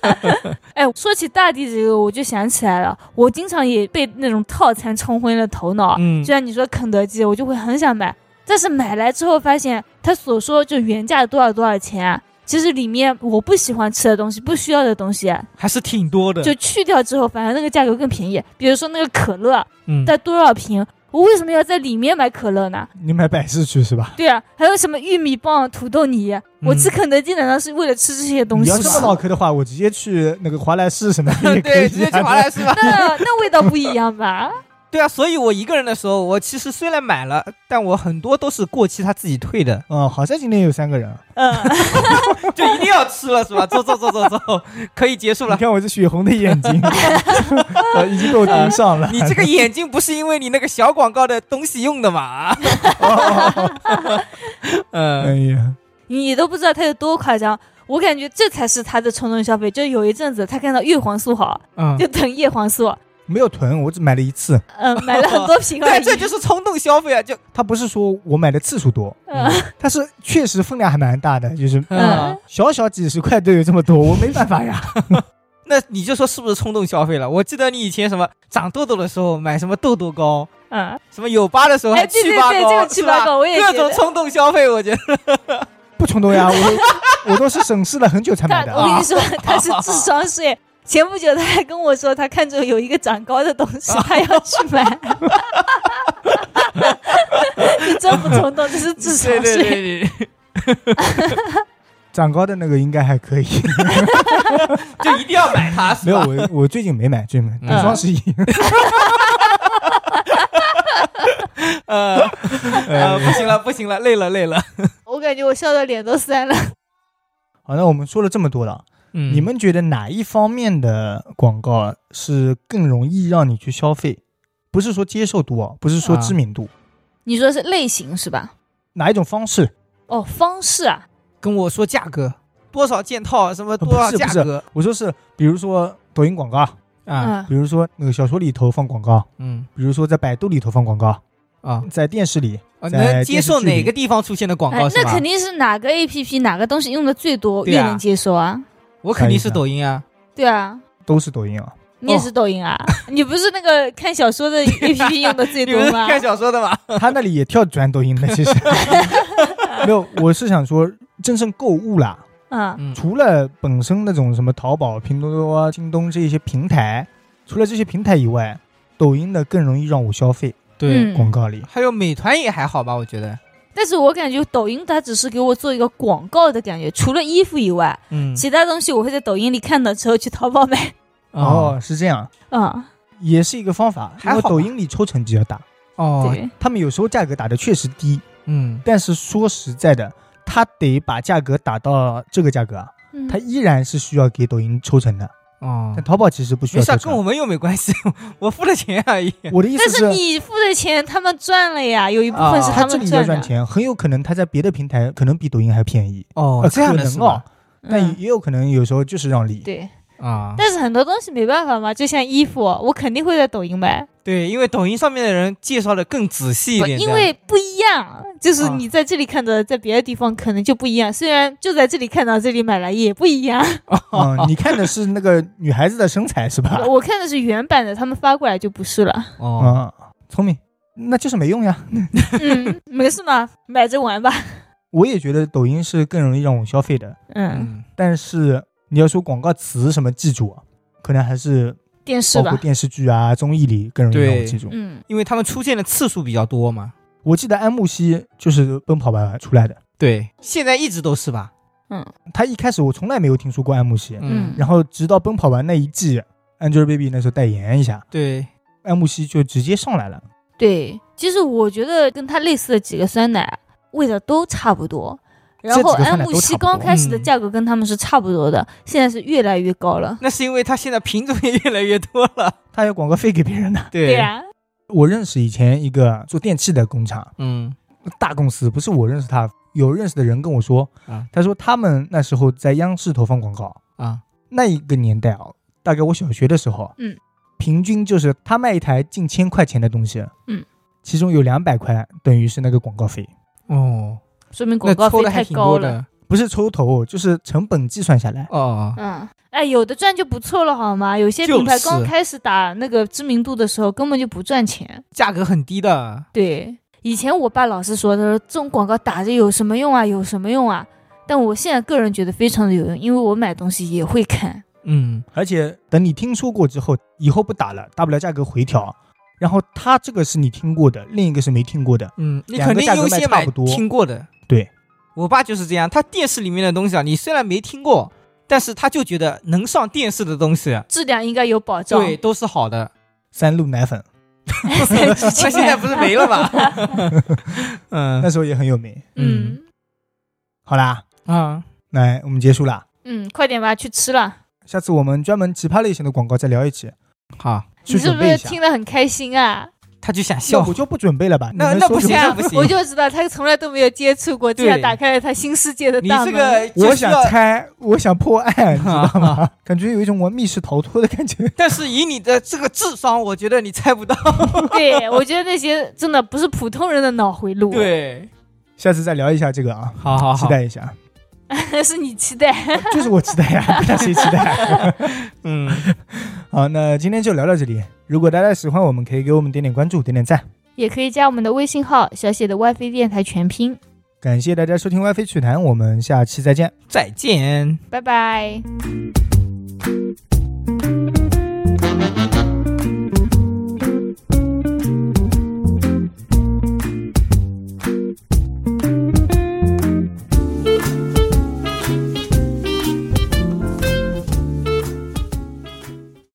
B: 哎，说起大地这个，我就想起来了，我经常也被那种套餐冲昏了头脑。
C: 嗯
B: 就像你说肯德基，我就会很想买，但是买来之后发现，他所说就原价多少多少钱啊，其实里面我不喜欢吃的东西、不需要的东西，啊
C: 还是挺多的。
B: 就去掉之后，反而那个价格更便宜。比如说那个可乐，
C: 嗯，
B: 在多少瓶？我为什么要在里面买可乐呢？
A: 你买百事去是吧？
B: 对啊，还有什么玉米棒、土豆泥？我吃肯德基难道是为了吃这些
A: 嗯
B: 东
A: 你
B: 西
A: 要
B: 吗？
A: 这么唠嗑的话，我直接去那个华莱士什么也可以、
C: 对，直接去华莱士吧。
B: 那那味道不一 样吧？
C: 对啊，所以我一个人的时候，我其实虽然买了，但我很多都是过期他自己退的，
A: 嗯，好像今天有三个人。啊
B: 嗯，
C: 就一定要吃了是吧？走走走走走，可以结束
A: 你
C: 了。
A: 看我这血红的眼 睛， 呃已经被我盯上了。
C: 你这个眼睛不是因为你那个小广告的东西用的嘛？
A: 哎
C: 嗯，
A: 呀，
B: 你都不知道他有多夸张。我感觉这才是他的冲动消费。就有一阵子，他看到叶黄素好，
C: 嗯
B: 就囤叶黄素，
A: 没有囤，我只买了一次。
B: 嗯，买了很多瓶而
C: 对，
B: 已。
C: 这就是冲动消费啊！就
A: 他不是说我买的次数多，
B: 嗯
A: 他是确实分量还蛮大的，就是
B: 嗯
C: 嗯，
A: 小小几十块都有这么多，我没办法呀。
C: 那你就说是不是冲动消费了？我记得你以前什么长痘痘的时候买什么痘痘膏，
B: 嗯，
C: 什么有疤的时候还
B: 哎对
C: 祛
B: 对
C: 疤膏，
B: 对这个祛
C: 是吧
B: 疤膏我也
C: 各
B: 觉
C: 种
B: 得
C: 冲动消费，我觉得
A: 不冲动 呀，我我都是审视了很久才
B: 他
A: 买的
B: 我
A: 啊。
B: 跟你说，他是智商税。前不久他还跟我说，他看中有一个长高的东 西，他要去买。你真不冲动，这是智商
C: 对对
B: 税。
C: 对对，
A: 长高的那个应该还 可以，
C: 就一定要买它，是
A: 没有
C: 吧？
A: 我我最近没买，最近没买
C: 嗯
A: 等双十一。
C: 呃呃，不行了不行了，累了累了。
B: 我感觉我笑的脸都酸了。
A: 好，那我们说了这么多了，
C: 嗯
A: 你们觉得哪一方面的广告是更容易让你去消费？不是说接受度哦，不是说
C: 啊
A: 知名度，
B: 你说是类型是吧？
A: 哪一种方式？
B: 哦，方式啊，
C: 跟我说价格多少件套，什么多少价格
A: 我说是，比如说抖音广告，
B: 嗯
C: 啊？
A: 比如说那个小说里头放广告，
C: 嗯
A: 比如说在百度里头放广告，
C: 啊，
A: 在电视里，
C: 啊
A: 在
C: 能接受
A: 电视剧里
C: 哪个地方出现的广
B: 哎
C: 告，是
B: 那
C: 吧？
B: 肯定是哪个 A P P 哪个东西用的最多，
C: 对
B: 越
C: 啊
B: 能接受啊。
C: 我肯定是抖音啊。
B: 对啊，
A: 都是抖音 啊。
B: 你也是抖音啊？你不是那个看小说的 A P P 用的最
C: 你
B: 多
C: 们是
B: 吗？
C: 看小说的吗？
A: 他那里也跳转抖音的， 其实没有。我是想说，真正购物啦，
B: 嗯，
C: 嗯
A: 除了本身那种什么淘宝、拼多多、京东这一些平台，除了这些平台以外，抖音的更容易让我消费。
C: 对，
B: 嗯
A: 广告里，
C: 还有美团也还好吧，我觉得。
B: 但是我感觉抖音它只是给我做一个广告的感觉，除了衣服以外，
C: 嗯，
B: 其他东西我会在抖音里看到之后去淘宝买。
A: 哦，是这样，
B: 嗯，
C: 哦
A: 也是一个方法。因
C: 还好
A: 为
C: 吧
A: 抖音里抽成比较大，
C: 哦，
B: 对，
A: 他们有时候价格打的确实低，
C: 嗯，
A: 但是说实在的，他得把价格打到这个价格啊，
B: 嗯
A: 他依然是需要给抖音抽成的。
C: 哦
A: 但，淘宝其实不需要
C: 没事
A: 抽
C: 啊，跟我
A: 成。
C: 们又没关系， 我付了钱而已。
A: 我的意
B: 但
A: 思
B: 是你付的钱他们赚了呀，有一部分是
C: 啊
A: 他这
B: 们
A: 里在
B: 的
A: 赚。钱，很有可能他在别的平台可能比抖音还便宜，
C: 哦
A: 呃
C: 这样
A: 可
C: 的
A: 能
C: 是
A: 哦
C: 吧？，
A: 但
B: 嗯，
A: 也有可能有时候就是让利。
B: 对。
C: 啊，
B: 但是很多东西没办法嘛，就像衣服，我肯定会在抖音买。
C: 对，因为抖音上面的人介绍的更仔细一
B: 不
C: 点，
B: 因
C: 这样
B: 为不一样，就是
C: 啊
B: 你在这里看到的，在别的地方可能就不一样。虽然就在这里看到，这里买来也不一 样。
C: 哦
A: 嗯，你看的是那个女孩子的身材是吧？
B: 我看的是原版的，他们发过来就不是了。
C: 哦，
A: 啊，聪明，那就是没用呀。
B: 嗯，没事嘛，买着玩吧。
A: 我也觉得抖音是更容易让我消费的，
B: 嗯，
C: 嗯，
A: 但是你要说广告词什么记住啊，可能还是
B: 电视
A: 包括
B: 吧。
A: 电视剧啊、综艺里更容易让我
C: 对
A: 记住。
B: 嗯，
C: 因为他们出现的次数比较多嘛。
A: 我记得安慕希就是《奔跑吧》出来的，
C: 对，现在一直都是吧。
A: 她一开始我从来没有听说过安慕希，
B: 嗯
A: 然后直到《奔跑吧》那一季，Angelababy 那时候代言一下，
C: 对，
A: 安慕希就直接上来了。
B: 对。其实我觉得跟它类似的几个酸奶味道都差不多。然后
A: 这几个酸
B: 安
A: 奶
B: 慕
A: 都
B: 希
A: 差不多
B: 刚开始的
C: 嗯
B: 价格跟他们是差不多的，现在是越来越高了。
C: 那是因为他现在品种也越来越多了。
A: 她有广告费给别人的。
C: 对
B: 对啊呀、
A: 我认识以前一个做电器的工厂
C: 嗯
A: 大公司，不是我认识他，有认识的人跟我说，
C: 啊
A: 他说他们那时候在央视投放广告，
C: 啊，
A: 那一个年代啊，大概我小学的时候，啊
B: 嗯，
A: 平均就是他卖一台近千块钱的东西，啊
B: 嗯，
A: 其中有两百块等于是那个广告费，
C: 哦，
B: 说明广
C: 那
B: 告
C: 抽
B: 费
C: 的
B: 太
C: 还挺
B: 高
C: 多
B: 了。
C: 的。
A: 不是抽头，就是成本计算下来。
C: 哦，
B: 嗯，哎，有的赚就不错了，好吗？有些
C: 就是
B: 品牌刚开始打那个知名度的时候，根本就不赚钱。
C: 价格很低的。
B: 对，以前我爸老是说，他说这种广告打着有什么用啊？有什么用啊？但我现在个人觉得非常的有用，因为我买东西也会看。
C: 嗯，
A: 而且等你听说过之后，以后不打了，大不了价格回调。啊然后它这个是你听过的，另一个是没听过的，
C: 嗯，你
A: 两个
C: 肯定
A: 价格
C: 优
A: 卖
C: 先
A: 差
C: 买
A: 不多
C: 听过的。
A: 对，
C: 我爸就是这样，他电视里面的东西啊，你虽然没听过，但是他就觉得能上电视的东西，
B: 质量应该有保障。
C: 对，，都是 好的。
A: 三鹿奶粉
B: 三只鸡
C: 那现在不是没了吗？
A: 那
C: 嗯
A: 时候也很有名。
B: 嗯
A: 好啦，
C: 啊，
A: 那我们结束啦。
B: 嗯，快点吧，去吃了。
A: 下次我们专门奇葩类型的广告再聊一期，
C: 好，
B: 你
A: 去
B: 是
A: 准
B: 不
A: 备一
B: 是
A: 下。
B: 听得很开心 啊？
C: 他就想
A: 那
C: 笑
A: 我。就不准备了吧？
C: 那
A: 你们
C: 那
A: 说
C: 不
A: 什么
C: 行啊，不 行
B: 我。就知道他从来都没有接触过，这样
C: 对
B: 打开了他新世界的
C: 你
B: 大门。
C: 这个就
A: 我
C: 需
A: 想
C: 要，
A: 猜，我想破 案，你知道吗？感觉有一种玩密室逃脱的感觉。
C: 但是以你的这个智商，我觉得你猜不到。
B: 对，我觉得那些真的不是普通人的脑回路，
C: 对，
A: 下次再聊一下这个啊，
C: 好好
A: 期
C: 好，
A: 待一下，
B: 是你期待。
A: 就是我期待呀、 不然谁期 待？
C: 嗯，
A: 好，那今天就聊到这里。如果大家喜欢我们，可以给我们点点关注，点点赞。
B: 也可以加我们的微信号，小写的 WiFi 电台全拼。
A: 感谢大家收听《歪飞趣谈》，我们下期再见。
C: 再见。
B: 拜拜。